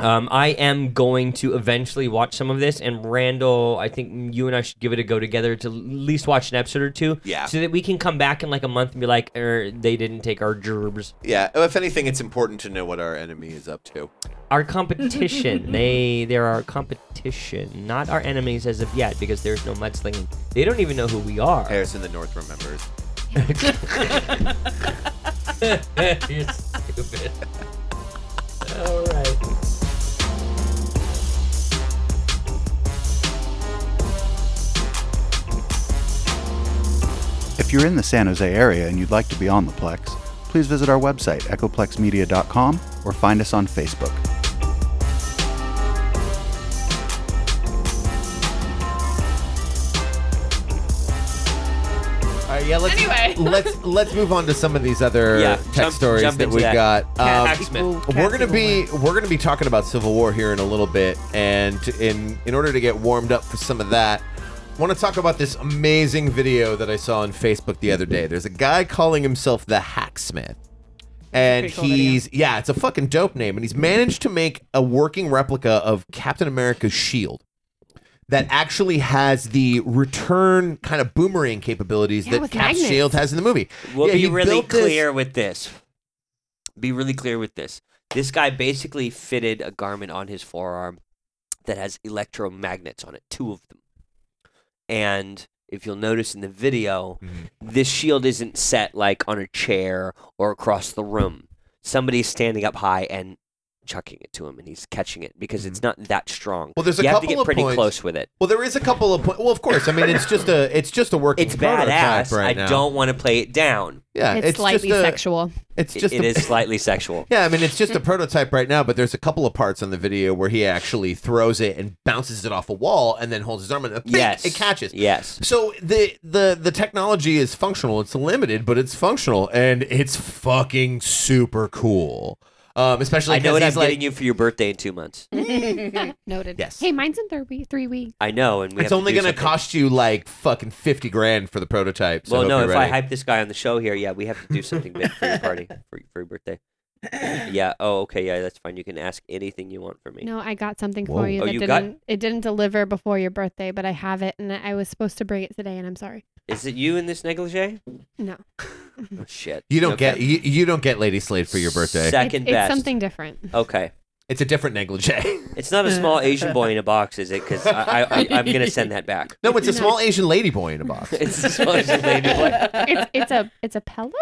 [SPEAKER 2] Um, I am going to eventually watch some of this, and Randall, I think you and I should give it a go together to at least watch an episode or two.
[SPEAKER 1] Yeah.
[SPEAKER 2] So that we can come back in like a month and be like, er, they didn't take our gerbs,
[SPEAKER 1] yeah oh, if anything it's important to know what our enemy is up to
[SPEAKER 2] our competition. they, they're our competition, not our enemies as of yet, because there's no mudslinging. They don't even know who we are.
[SPEAKER 1] harrison the north remembers
[SPEAKER 2] You're stupid. All right.
[SPEAKER 9] If you're in the San Jose area and you'd like to be on the Plex, please visit our website, echoplexmedia.com, or find us on Facebook.
[SPEAKER 1] Yeah, let's
[SPEAKER 4] Anyway.
[SPEAKER 1] let's let's move on to some of these other
[SPEAKER 2] Yeah,
[SPEAKER 1] tech
[SPEAKER 2] jump-
[SPEAKER 1] stories
[SPEAKER 2] jump
[SPEAKER 1] that
[SPEAKER 2] into
[SPEAKER 1] we
[SPEAKER 2] that.
[SPEAKER 1] got. Um,
[SPEAKER 2] Hacksmith.
[SPEAKER 1] we're gonna be we're gonna be talking about Civil War here in a little bit, and in in order to get warmed up for some of that, I want to talk about this amazing video that I saw on Facebook the other day. There's a guy calling himself the Hacksmith, and
[SPEAKER 3] pretty cool
[SPEAKER 1] he's yeah, it's a fucking dope name, and he's managed to make a working replica of Captain America's shield. That actually has the return kind of boomerang capabilities
[SPEAKER 4] Yeah,
[SPEAKER 1] that
[SPEAKER 4] with
[SPEAKER 1] Cap's
[SPEAKER 4] magnets.
[SPEAKER 1] shield has in the movie.
[SPEAKER 2] We'll
[SPEAKER 1] Yeah,
[SPEAKER 2] be
[SPEAKER 1] he
[SPEAKER 2] really
[SPEAKER 1] built this-
[SPEAKER 2] clear with this. Be really clear with this. This guy basically fitted a garment on his forearm that has electromagnets on it, two of them. And if you'll notice in the video,
[SPEAKER 1] Mm-hmm.
[SPEAKER 2] this shield isn't set like on a chair or across the room. Somebody's standing up high and chucking it to him, and he's catching it because it's not that strong.
[SPEAKER 1] Mm-hmm. Well, there's a
[SPEAKER 2] you have to
[SPEAKER 1] couple
[SPEAKER 2] get
[SPEAKER 1] of
[SPEAKER 2] pretty
[SPEAKER 1] points-
[SPEAKER 2] close with it.
[SPEAKER 1] Well, there is a couple of po- well, of course. I mean, it's just a it's just a working
[SPEAKER 2] It's
[SPEAKER 1] prototype
[SPEAKER 2] badass.
[SPEAKER 1] right
[SPEAKER 2] I
[SPEAKER 1] now.
[SPEAKER 2] don't want to play it down.
[SPEAKER 1] Yeah,
[SPEAKER 4] it's, slightly
[SPEAKER 1] just a,
[SPEAKER 4] sexual.
[SPEAKER 1] It's
[SPEAKER 2] It-
[SPEAKER 1] just
[SPEAKER 2] it
[SPEAKER 1] a,
[SPEAKER 2] is slightly sexual.
[SPEAKER 1] Yeah, I mean, it's just a prototype right now, but there's a couple of parts on the video where he actually throws it and bounces it off a wall and then holds his arm and bing,
[SPEAKER 2] Yes,
[SPEAKER 1] it catches.
[SPEAKER 2] Yes.
[SPEAKER 1] So the the the technology is functional. It's limited, but it's functional and it's fucking super cool. Um, especially
[SPEAKER 2] I know what I'm
[SPEAKER 1] because he's like,
[SPEAKER 2] getting you for your birthday in two months.
[SPEAKER 1] Mm.
[SPEAKER 4] Noted.
[SPEAKER 1] Yes.
[SPEAKER 4] Hey, mine's in three, we- three weeks.
[SPEAKER 2] I know, and we
[SPEAKER 1] It's
[SPEAKER 2] have
[SPEAKER 1] only
[SPEAKER 2] to do
[SPEAKER 1] going to
[SPEAKER 2] something.
[SPEAKER 1] cost you like fucking fifty grand for the prototype. So
[SPEAKER 2] well,
[SPEAKER 1] hope
[SPEAKER 2] no,
[SPEAKER 1] you're
[SPEAKER 2] if I
[SPEAKER 1] ready.
[SPEAKER 2] hype this guy on the show here, yeah, we have to do something big for your party for, for your birthday. Yeah. Oh, okay. Yeah, that's fine. You can ask anything you want from me.
[SPEAKER 4] No, I got something
[SPEAKER 1] Whoa.
[SPEAKER 4] for you
[SPEAKER 2] Oh,
[SPEAKER 4] that
[SPEAKER 2] you got-
[SPEAKER 4] didn't. It didn't deliver before your birthday, but I have it, and I was supposed to bring it today, and I'm sorry.
[SPEAKER 2] Is it you in this negligee?
[SPEAKER 4] No,
[SPEAKER 2] Oh, shit.
[SPEAKER 1] You don't
[SPEAKER 2] Okay.
[SPEAKER 1] get you, you don't get Lady Slade for your birthday.
[SPEAKER 4] It's-
[SPEAKER 2] Second
[SPEAKER 4] it's,
[SPEAKER 2] best.
[SPEAKER 4] something different.
[SPEAKER 2] Okay.
[SPEAKER 1] It's a different negligee.
[SPEAKER 2] It's not a small Asian boy in a box, is it? Because I, I, I, I'm gonna send that back.
[SPEAKER 1] No, it's a
[SPEAKER 4] No.
[SPEAKER 1] small Asian lady boy in a box.
[SPEAKER 2] It's a small Asian lady boy.
[SPEAKER 4] It's, it's a it's a pillow.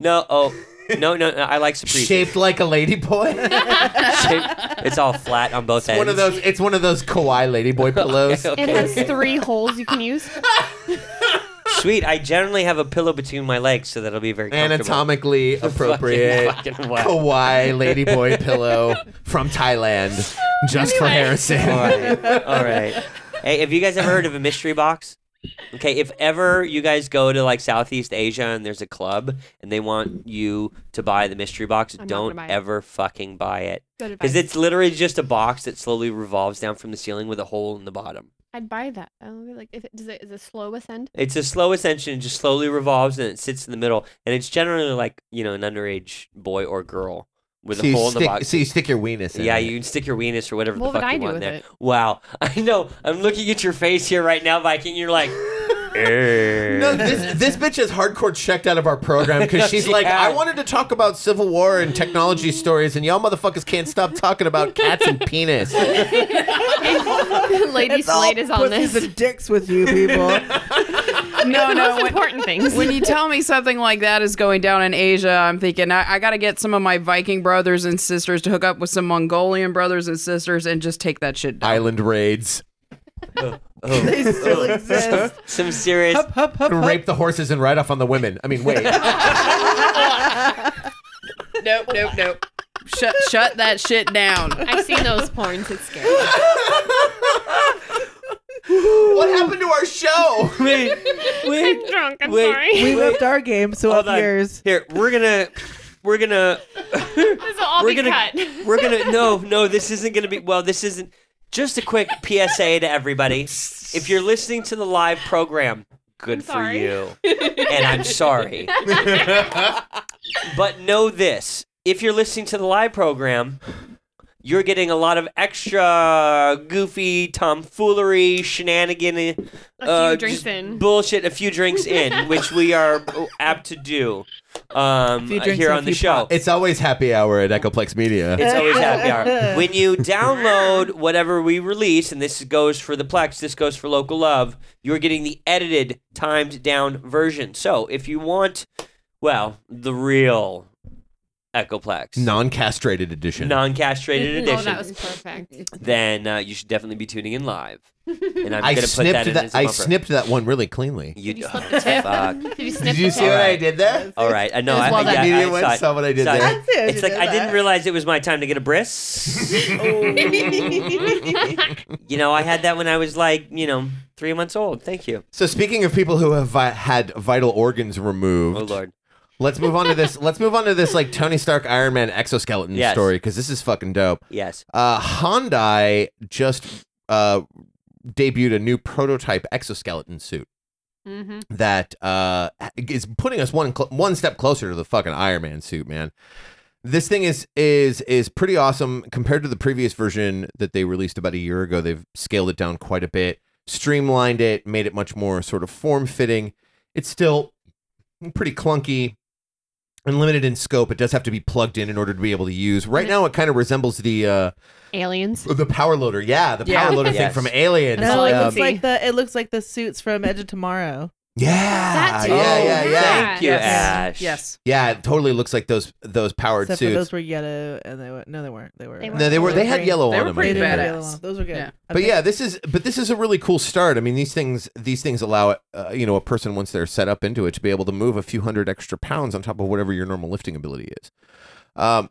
[SPEAKER 2] No. Oh. No, no, no, I like Sapristi.
[SPEAKER 1] Shaped like a lady boy.
[SPEAKER 2] Shape- It's all flat on both
[SPEAKER 1] It's
[SPEAKER 2] ends.
[SPEAKER 1] one of those. It's one of those kawaii lady boy pillows.
[SPEAKER 4] It has three holes you can use.
[SPEAKER 2] Sweet. I generally have a pillow between my legs, so that'll be very comfortable.
[SPEAKER 1] Anatomically appropriate
[SPEAKER 2] Fucking- fucking wow.
[SPEAKER 1] kawaii lady boy pillow from Thailand, just for
[SPEAKER 2] All
[SPEAKER 1] Harrison.
[SPEAKER 2] right. Oh, All right. Hey, have you guys ever heard of a mystery box? Okay, if ever you guys go to like Southeast Asia and there's a club and they want you to buy the mystery box,
[SPEAKER 4] I'm not gonna
[SPEAKER 2] don't
[SPEAKER 4] buy it.
[SPEAKER 2] ever fucking buy it.
[SPEAKER 4] Good advice.
[SPEAKER 2] Because it's literally just a box that slowly revolves down from the ceiling with a hole in the bottom.
[SPEAKER 4] I'd buy that. Oh, like if it, does it is it slow ascend?
[SPEAKER 2] It's a slow ascension, it just slowly revolves and it sits in the middle. And it's generally like, you know, an underage boy or girl with
[SPEAKER 1] So
[SPEAKER 2] a
[SPEAKER 1] you,
[SPEAKER 2] hole in the
[SPEAKER 1] stick,
[SPEAKER 2] box.
[SPEAKER 1] so you stick your weenus in.
[SPEAKER 2] Yeah,
[SPEAKER 1] it.
[SPEAKER 2] you can stick your weenus or whatever
[SPEAKER 4] What
[SPEAKER 2] the
[SPEAKER 4] would
[SPEAKER 2] fuck
[SPEAKER 4] I
[SPEAKER 2] you
[SPEAKER 4] do
[SPEAKER 2] want
[SPEAKER 4] with
[SPEAKER 2] there.
[SPEAKER 4] it?
[SPEAKER 2] Wow, I know. I'm looking at your face here right now, Viking. You're like, "Eh."
[SPEAKER 1] No, this this bitch is hardcore checked out of our program because she's
[SPEAKER 2] She
[SPEAKER 1] like, I
[SPEAKER 2] has.
[SPEAKER 1] wanted to talk about Civil War and technology stories, and y'all motherfuckers can't stop talking about cats and penis.
[SPEAKER 4] Lady
[SPEAKER 7] It's all
[SPEAKER 4] Slade is on
[SPEAKER 7] pussies
[SPEAKER 4] this.
[SPEAKER 7] and dicks with you people.
[SPEAKER 3] No,
[SPEAKER 2] Oh,
[SPEAKER 4] the
[SPEAKER 3] no.
[SPEAKER 4] most
[SPEAKER 3] when-
[SPEAKER 4] important things.
[SPEAKER 3] when you tell me something like that is going down in Asia, I'm thinking I, I got to get some of my Viking brothers and sisters to hook up with some Mongolian brothers and sisters and just take that shit down.
[SPEAKER 1] Island raids,
[SPEAKER 7] they still exist.
[SPEAKER 2] some serious.
[SPEAKER 1] rape the horses, and ride off on the women. I mean, wait.
[SPEAKER 3] nope, nope, nope. Shut, shut that shit down.
[SPEAKER 4] I've seen those porns. It's scary.
[SPEAKER 1] What happened to our show?
[SPEAKER 2] wait, wait,
[SPEAKER 4] I'm drunk. I'm
[SPEAKER 2] Wait,
[SPEAKER 4] sorry.
[SPEAKER 7] We left our game, so
[SPEAKER 2] hold
[SPEAKER 7] up
[SPEAKER 2] on.
[SPEAKER 7] yours.
[SPEAKER 2] Here, we're gonna, we're gonna,
[SPEAKER 4] this will all
[SPEAKER 2] we're
[SPEAKER 4] be
[SPEAKER 2] gonna,
[SPEAKER 4] cut.
[SPEAKER 2] we're gonna. No, no, this isn't gonna be. Well, this isn't. Just a quick PSA to everybody: if you're listening to the live program, good for
[SPEAKER 4] sorry.
[SPEAKER 2] you, and I'm sorry. but know this: if you're listening to the live program, you're getting a lot of extra goofy tomfoolery shenanigan
[SPEAKER 4] A few drinks
[SPEAKER 2] Uh, just
[SPEAKER 4] in.
[SPEAKER 2] bullshit a few drinks in which we are apt to do um,
[SPEAKER 7] few
[SPEAKER 2] uh,
[SPEAKER 7] drinks
[SPEAKER 2] here
[SPEAKER 7] and a
[SPEAKER 2] on the
[SPEAKER 7] few
[SPEAKER 2] show
[SPEAKER 1] It's always happy hour at Echoplex Media.
[SPEAKER 2] it's always happy hour. When you download whatever we release, and this goes for the Plex, this goes for Local Love, you're getting the edited, timed down version. So if you want, well, the real Echoplex,
[SPEAKER 1] non-castrated edition.
[SPEAKER 2] non-castrated edition,
[SPEAKER 4] Oh, that was perfect.
[SPEAKER 2] then uh, you should definitely be tuning in live. And I'm
[SPEAKER 1] I
[SPEAKER 2] gonna put
[SPEAKER 1] snipped
[SPEAKER 2] that
[SPEAKER 1] that.
[SPEAKER 2] in as a
[SPEAKER 1] I
[SPEAKER 2] bumper.
[SPEAKER 1] snipped that one really cleanly.
[SPEAKER 2] You,
[SPEAKER 4] Did you slip the tip?
[SPEAKER 2] fuck.
[SPEAKER 4] Did you snip the tip?
[SPEAKER 2] what I
[SPEAKER 1] did there?
[SPEAKER 2] All right, I know.
[SPEAKER 4] It was
[SPEAKER 2] I,
[SPEAKER 4] well
[SPEAKER 2] I,
[SPEAKER 4] done.
[SPEAKER 2] yeah,
[SPEAKER 1] Immediately
[SPEAKER 2] I saw
[SPEAKER 1] saw
[SPEAKER 2] it.
[SPEAKER 1] what I did
[SPEAKER 2] Saw it.
[SPEAKER 1] there.
[SPEAKER 7] I see what
[SPEAKER 2] It's
[SPEAKER 7] you
[SPEAKER 2] like
[SPEAKER 7] did
[SPEAKER 2] I didn't
[SPEAKER 7] there.
[SPEAKER 2] realize it was my time to get a bris.
[SPEAKER 7] Oh.
[SPEAKER 2] you know, I had that when I was like, you know, three months old. Thank you.
[SPEAKER 1] So speaking of people who have vi- had vital organs
[SPEAKER 2] Oh
[SPEAKER 1] removed,
[SPEAKER 2] Lord.
[SPEAKER 1] let's move on to this. Let's move on to this like Tony Stark Iron Man exoskeleton
[SPEAKER 2] Yes.
[SPEAKER 1] story because this is fucking dope.
[SPEAKER 2] Yes.
[SPEAKER 1] Uh, Hyundai just uh, debuted a new prototype exoskeleton suit
[SPEAKER 4] Mm-hmm.
[SPEAKER 1] that uh, is putting us one cl- one step closer to the fucking Iron Man suit, man. This thing is is is pretty awesome compared to the previous version that they released about a year ago. They've scaled it down quite a bit, streamlined it, made it much more sort of form fitting. It's still pretty clunky and limited in scope. It does have to be plugged in in order to be able to use. Right
[SPEAKER 4] Mm-hmm.
[SPEAKER 1] now, it kind of resembles the uh,
[SPEAKER 4] Aliens.
[SPEAKER 1] Oh, the power loader. Yeah, the
[SPEAKER 3] Yeah.
[SPEAKER 1] power loader
[SPEAKER 2] Yes.
[SPEAKER 1] thing from Alien.
[SPEAKER 4] That's all
[SPEAKER 7] No,
[SPEAKER 4] I
[SPEAKER 7] it
[SPEAKER 4] can
[SPEAKER 1] Um,
[SPEAKER 7] looks
[SPEAKER 4] see.
[SPEAKER 7] like the it looks like the suits from Edge of Tomorrow.
[SPEAKER 1] yeah,
[SPEAKER 4] That too.
[SPEAKER 2] Oh,
[SPEAKER 1] yeah, yeah, yeah.
[SPEAKER 2] Thank you,
[SPEAKER 3] Yes.
[SPEAKER 2] Ash.
[SPEAKER 3] Yes.
[SPEAKER 1] Yeah, it totally looks like those those powered
[SPEAKER 7] Except
[SPEAKER 1] suits.
[SPEAKER 7] for those were yellow, and they were no, they weren't. They were.
[SPEAKER 4] They
[SPEAKER 7] uh,
[SPEAKER 4] were-
[SPEAKER 1] no, they were they had
[SPEAKER 7] green.
[SPEAKER 1] yellow
[SPEAKER 3] They
[SPEAKER 1] on
[SPEAKER 3] were
[SPEAKER 1] them. I
[SPEAKER 3] pretty
[SPEAKER 1] think.
[SPEAKER 7] They were
[SPEAKER 3] badass.
[SPEAKER 7] yellow. Those were good.
[SPEAKER 3] Yeah.
[SPEAKER 7] I
[SPEAKER 1] But
[SPEAKER 7] think-
[SPEAKER 1] yeah, this is but this is a really cool start. I mean, these things these things allow it, uh, you know a person once they're set up into it to be able to move a few hundred extra pounds on top of whatever your normal lifting ability is. Um,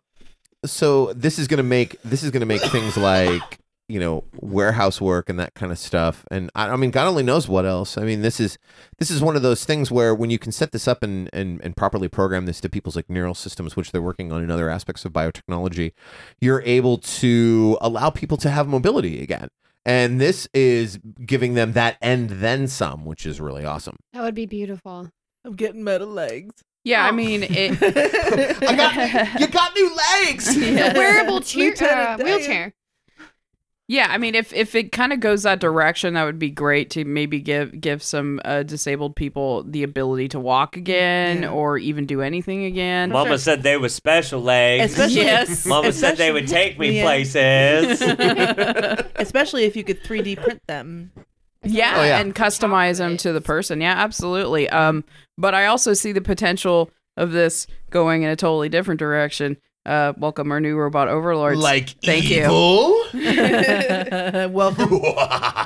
[SPEAKER 1] so this is gonna make this is gonna make things like you know warehouse work and that kind of stuff. And I, I mean, God only knows what else. I mean, this is this is one of those things where when you can set this up and and and properly program this to people's like neural systems, which they're working on in other aspects of biotechnology, you're able to allow people to have mobility again. And this is giving them that and then some, which is really awesome.
[SPEAKER 4] That would be beautiful.
[SPEAKER 7] I'm getting metal legs.
[SPEAKER 3] Yeah, I
[SPEAKER 4] Oh.
[SPEAKER 3] mean it.
[SPEAKER 1] I got you got new legs.
[SPEAKER 4] A
[SPEAKER 3] Yeah.
[SPEAKER 4] wearable chair, uh,
[SPEAKER 7] Lieutenant Dan.
[SPEAKER 4] wheelchair.
[SPEAKER 3] Yeah, I mean, if if it kind of goes that direction, that would be great to maybe give give some uh, disabled people the ability to walk again
[SPEAKER 7] Yeah.
[SPEAKER 3] or even do anything again.
[SPEAKER 2] Mama said they were special legs.
[SPEAKER 7] Especially-
[SPEAKER 3] Yes.
[SPEAKER 2] Mama said they
[SPEAKER 7] especially-
[SPEAKER 2] would take me
[SPEAKER 7] Yeah.
[SPEAKER 2] places.
[SPEAKER 7] Especially if you could 3D print them.
[SPEAKER 3] yeah,
[SPEAKER 1] Oh, yeah.
[SPEAKER 3] and customize them to the person. Yeah, absolutely. Um, but I also see the potential of this going in a totally different direction. Uh, welcome our new robot overlords. thank you.
[SPEAKER 1] you.
[SPEAKER 7] welcome,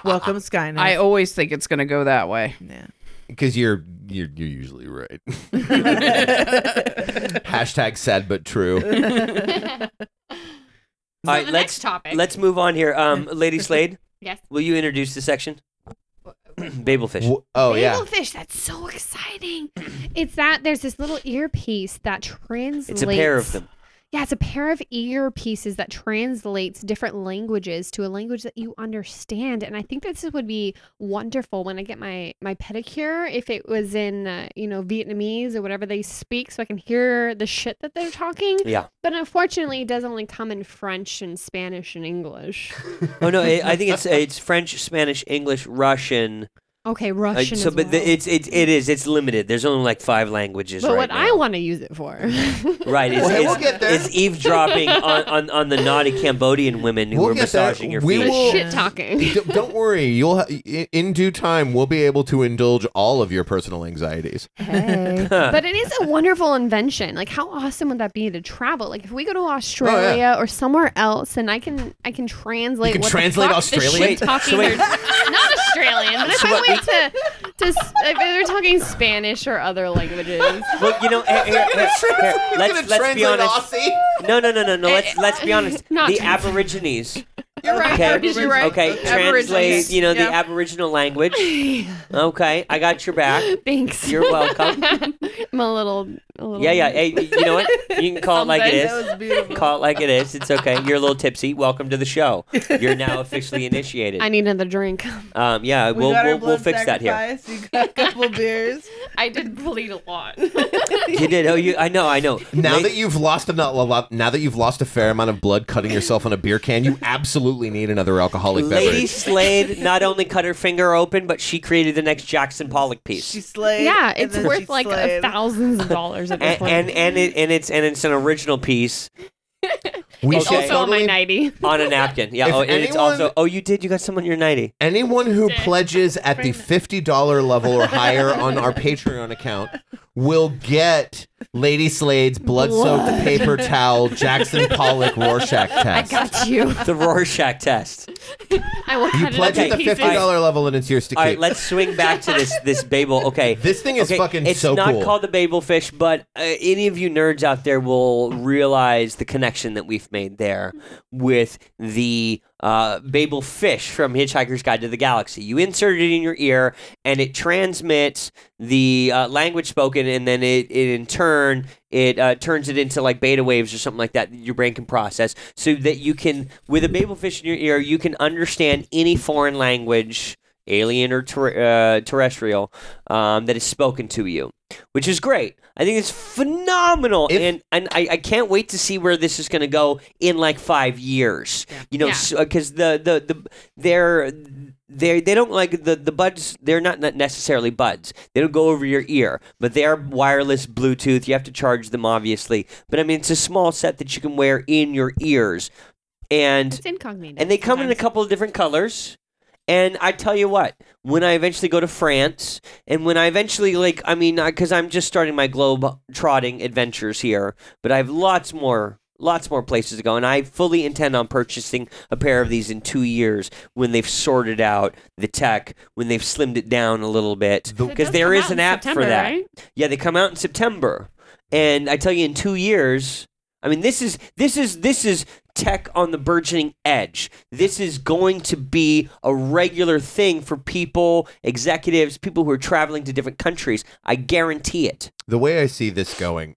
[SPEAKER 7] welcome, Skynet.
[SPEAKER 3] I always think it's going to go that way.
[SPEAKER 7] yeah.
[SPEAKER 1] Because you're you're you're usually right. Hashtag sad but true.
[SPEAKER 4] So
[SPEAKER 2] All right,
[SPEAKER 4] the
[SPEAKER 2] let's-
[SPEAKER 4] next topic.
[SPEAKER 2] Let's move on here. Um, Lady Slade,
[SPEAKER 4] yes.
[SPEAKER 2] will you introduce the section? Babelfish.
[SPEAKER 1] Wh- Oh yeah.
[SPEAKER 4] Babelfish, that's so exciting. It's that there's this little earpiece that translates.
[SPEAKER 2] It's a pair of them.
[SPEAKER 4] Yeah, it's a pair of earpieces that translates different languages to a language that you understand. And I think this would be wonderful when I get my my pedicure if it was in uh, you know Vietnamese or whatever they speak, so I can hear the shit that they're talking.
[SPEAKER 2] Yeah.
[SPEAKER 4] But unfortunately, it does only come in French and Spanish and English.
[SPEAKER 2] Oh no, I I think it's it's French, Spanish, English, Russian.
[SPEAKER 4] Okay,
[SPEAKER 2] Uh,
[SPEAKER 4] Russian.
[SPEAKER 2] so,
[SPEAKER 4] as
[SPEAKER 2] but the-
[SPEAKER 4] well.
[SPEAKER 2] it's it's it is it's limited. There's only like five languages.
[SPEAKER 4] But
[SPEAKER 2] right
[SPEAKER 4] what
[SPEAKER 2] now.
[SPEAKER 4] I want to use it for.
[SPEAKER 2] Right, it's,
[SPEAKER 1] Well, hey,
[SPEAKER 2] it's,
[SPEAKER 1] we'll get there.
[SPEAKER 2] it's eavesdropping on, on, on the naughty Cambodian women who
[SPEAKER 1] We'll
[SPEAKER 2] are
[SPEAKER 1] get there.
[SPEAKER 2] massaging your
[SPEAKER 1] We
[SPEAKER 2] feet.
[SPEAKER 1] will-
[SPEAKER 4] Shit talking.
[SPEAKER 1] D- don't worry. You'll ha- i- in due time we'll be able to indulge all of your personal anxieties.
[SPEAKER 4] Hey. but it is a wonderful invention. Like how awesome would that be to travel? Like if we go
[SPEAKER 2] Oh,
[SPEAKER 4] to Australia or somewhere else and I can I can translate
[SPEAKER 1] can
[SPEAKER 4] what
[SPEAKER 1] translate
[SPEAKER 4] the fuck
[SPEAKER 1] Australia?
[SPEAKER 4] the
[SPEAKER 2] Wait,
[SPEAKER 4] shit talking
[SPEAKER 2] so wait.
[SPEAKER 4] or- not Australian, but if
[SPEAKER 2] So
[SPEAKER 4] I
[SPEAKER 2] what,
[SPEAKER 4] went to to s- if they're talking Spanish or other languages.
[SPEAKER 2] Well, you know, here, here, here, here, let's let's be honest.
[SPEAKER 1] Aussie.
[SPEAKER 2] No, no, no, no, no. Let's let's be honest.
[SPEAKER 4] Not
[SPEAKER 2] The
[SPEAKER 4] trans-
[SPEAKER 2] Aborigines.
[SPEAKER 3] uh, You're right.
[SPEAKER 2] Okay,
[SPEAKER 3] You're right.
[SPEAKER 2] okay. Translate.
[SPEAKER 3] Aborigines.
[SPEAKER 2] You know the
[SPEAKER 3] Yeah.
[SPEAKER 2] Aboriginal language. Okay, I got your back.
[SPEAKER 4] Thanks.
[SPEAKER 2] You're welcome.
[SPEAKER 4] I'm a little a little
[SPEAKER 2] Yeah, yeah. Hey, you know what? You can call it like it is. Call it like it is. It's okay. You're a little tipsy. Welcome to the show. You're now officially initiated.
[SPEAKER 4] I need another drink.
[SPEAKER 2] Um, yeah,
[SPEAKER 7] We
[SPEAKER 2] we'll
[SPEAKER 7] got our
[SPEAKER 2] we'll, we'll
[SPEAKER 7] blood
[SPEAKER 2] fix that here.
[SPEAKER 7] sacrifice. You got a couple beers.
[SPEAKER 4] I did bleed a lot.
[SPEAKER 2] You did. Oh, you. I know. I know.
[SPEAKER 1] Now
[SPEAKER 2] Late-
[SPEAKER 1] that you've lost a not a lot, now that you've lost a fair amount of blood cutting yourself on a beer can, you absolutely need another alcoholic
[SPEAKER 2] Lady
[SPEAKER 1] beverage.
[SPEAKER 2] Slade not only cut her finger open, but she created the next Jackson Pollock piece.
[SPEAKER 7] She slayed.
[SPEAKER 4] yeah,
[SPEAKER 7] and
[SPEAKER 4] it's
[SPEAKER 7] then she
[SPEAKER 4] worth like
[SPEAKER 7] slayed.
[SPEAKER 4] thousands of dollars at this
[SPEAKER 2] and
[SPEAKER 4] point.
[SPEAKER 2] and and, it, and it's and it's an original piece.
[SPEAKER 1] We
[SPEAKER 4] It's
[SPEAKER 1] should
[SPEAKER 4] also on my
[SPEAKER 1] totally-
[SPEAKER 4] nighty.
[SPEAKER 2] on a napkin. Yeah.
[SPEAKER 1] If
[SPEAKER 2] oh, and it's
[SPEAKER 1] anyone-
[SPEAKER 2] also. Oh, you did. You got someone your ninety.
[SPEAKER 1] Anyone who
[SPEAKER 4] Dick.
[SPEAKER 1] pledges at the
[SPEAKER 4] Bring
[SPEAKER 1] $50 level or higher on our Patreon account will get Lady Slade's blood soaked paper towel Jackson Pollock Rorschach
[SPEAKER 4] I
[SPEAKER 1] test.
[SPEAKER 4] got you.
[SPEAKER 2] The Rorschach test.
[SPEAKER 4] I will
[SPEAKER 1] You
[SPEAKER 4] cut it
[SPEAKER 1] pledge
[SPEAKER 4] into
[SPEAKER 1] at the
[SPEAKER 4] pieces.
[SPEAKER 1] $50 level and it's yours to
[SPEAKER 2] All
[SPEAKER 1] keep.
[SPEAKER 2] right, let's swing back to this this Babel. Okay.
[SPEAKER 1] This thing is
[SPEAKER 2] okay,
[SPEAKER 1] fucking
[SPEAKER 2] it's
[SPEAKER 1] so
[SPEAKER 2] not
[SPEAKER 1] cool.
[SPEAKER 2] called the Babel fish, but uh, any of you nerds out there will realize the connection that we've made there with the uh, Babel fish from Hitchhiker's Guide to the Galaxy. You insert it in your ear, and it transmits the uh, language spoken, and then it, it in turn it uh, turns it into like beta waves or something like that that your brain can process, so that you can, with a Babel fish in your ear, you can understand any foreign language alien or ter- uh, terrestrial um, that is spoken to you, which is great. I think it's phenomenal,
[SPEAKER 1] If-
[SPEAKER 2] and and I, I can't wait to see where this is going to go in like five years. You know,
[SPEAKER 4] Yeah.
[SPEAKER 2] because the the the they're they they don't like the the buds. They're not ne- necessarily buds. They don't go over your ear, but they are wireless Bluetooth. You have to charge them, obviously. But I mean, it's a small set that you can wear in your ears, and
[SPEAKER 4] It's incognito.
[SPEAKER 2] and they come in a
[SPEAKER 4] sometimes.
[SPEAKER 2] couple of different colors. And I tell you what, when I eventually go to France, and when I eventually like, I mean, because I'm just starting my globe trotting adventures here, but I have lots more, lots more places to go, and I fully intend on purchasing a pair of these in two years when they've sorted out the tech, when they've slimmed it down a little bit,
[SPEAKER 1] The-
[SPEAKER 4] It
[SPEAKER 2] because
[SPEAKER 4] does
[SPEAKER 2] there
[SPEAKER 4] come
[SPEAKER 2] is
[SPEAKER 4] out
[SPEAKER 2] an
[SPEAKER 4] in
[SPEAKER 2] app for
[SPEAKER 4] September,
[SPEAKER 2] that.
[SPEAKER 4] right?
[SPEAKER 2] Yeah, they come out in September, and I tell you, in two years, I mean, this is this is this is tech on the burgeoning edge. This is going to be a regular thing for people, executives, people who are traveling to different countries. I guarantee it.
[SPEAKER 1] the way I see this going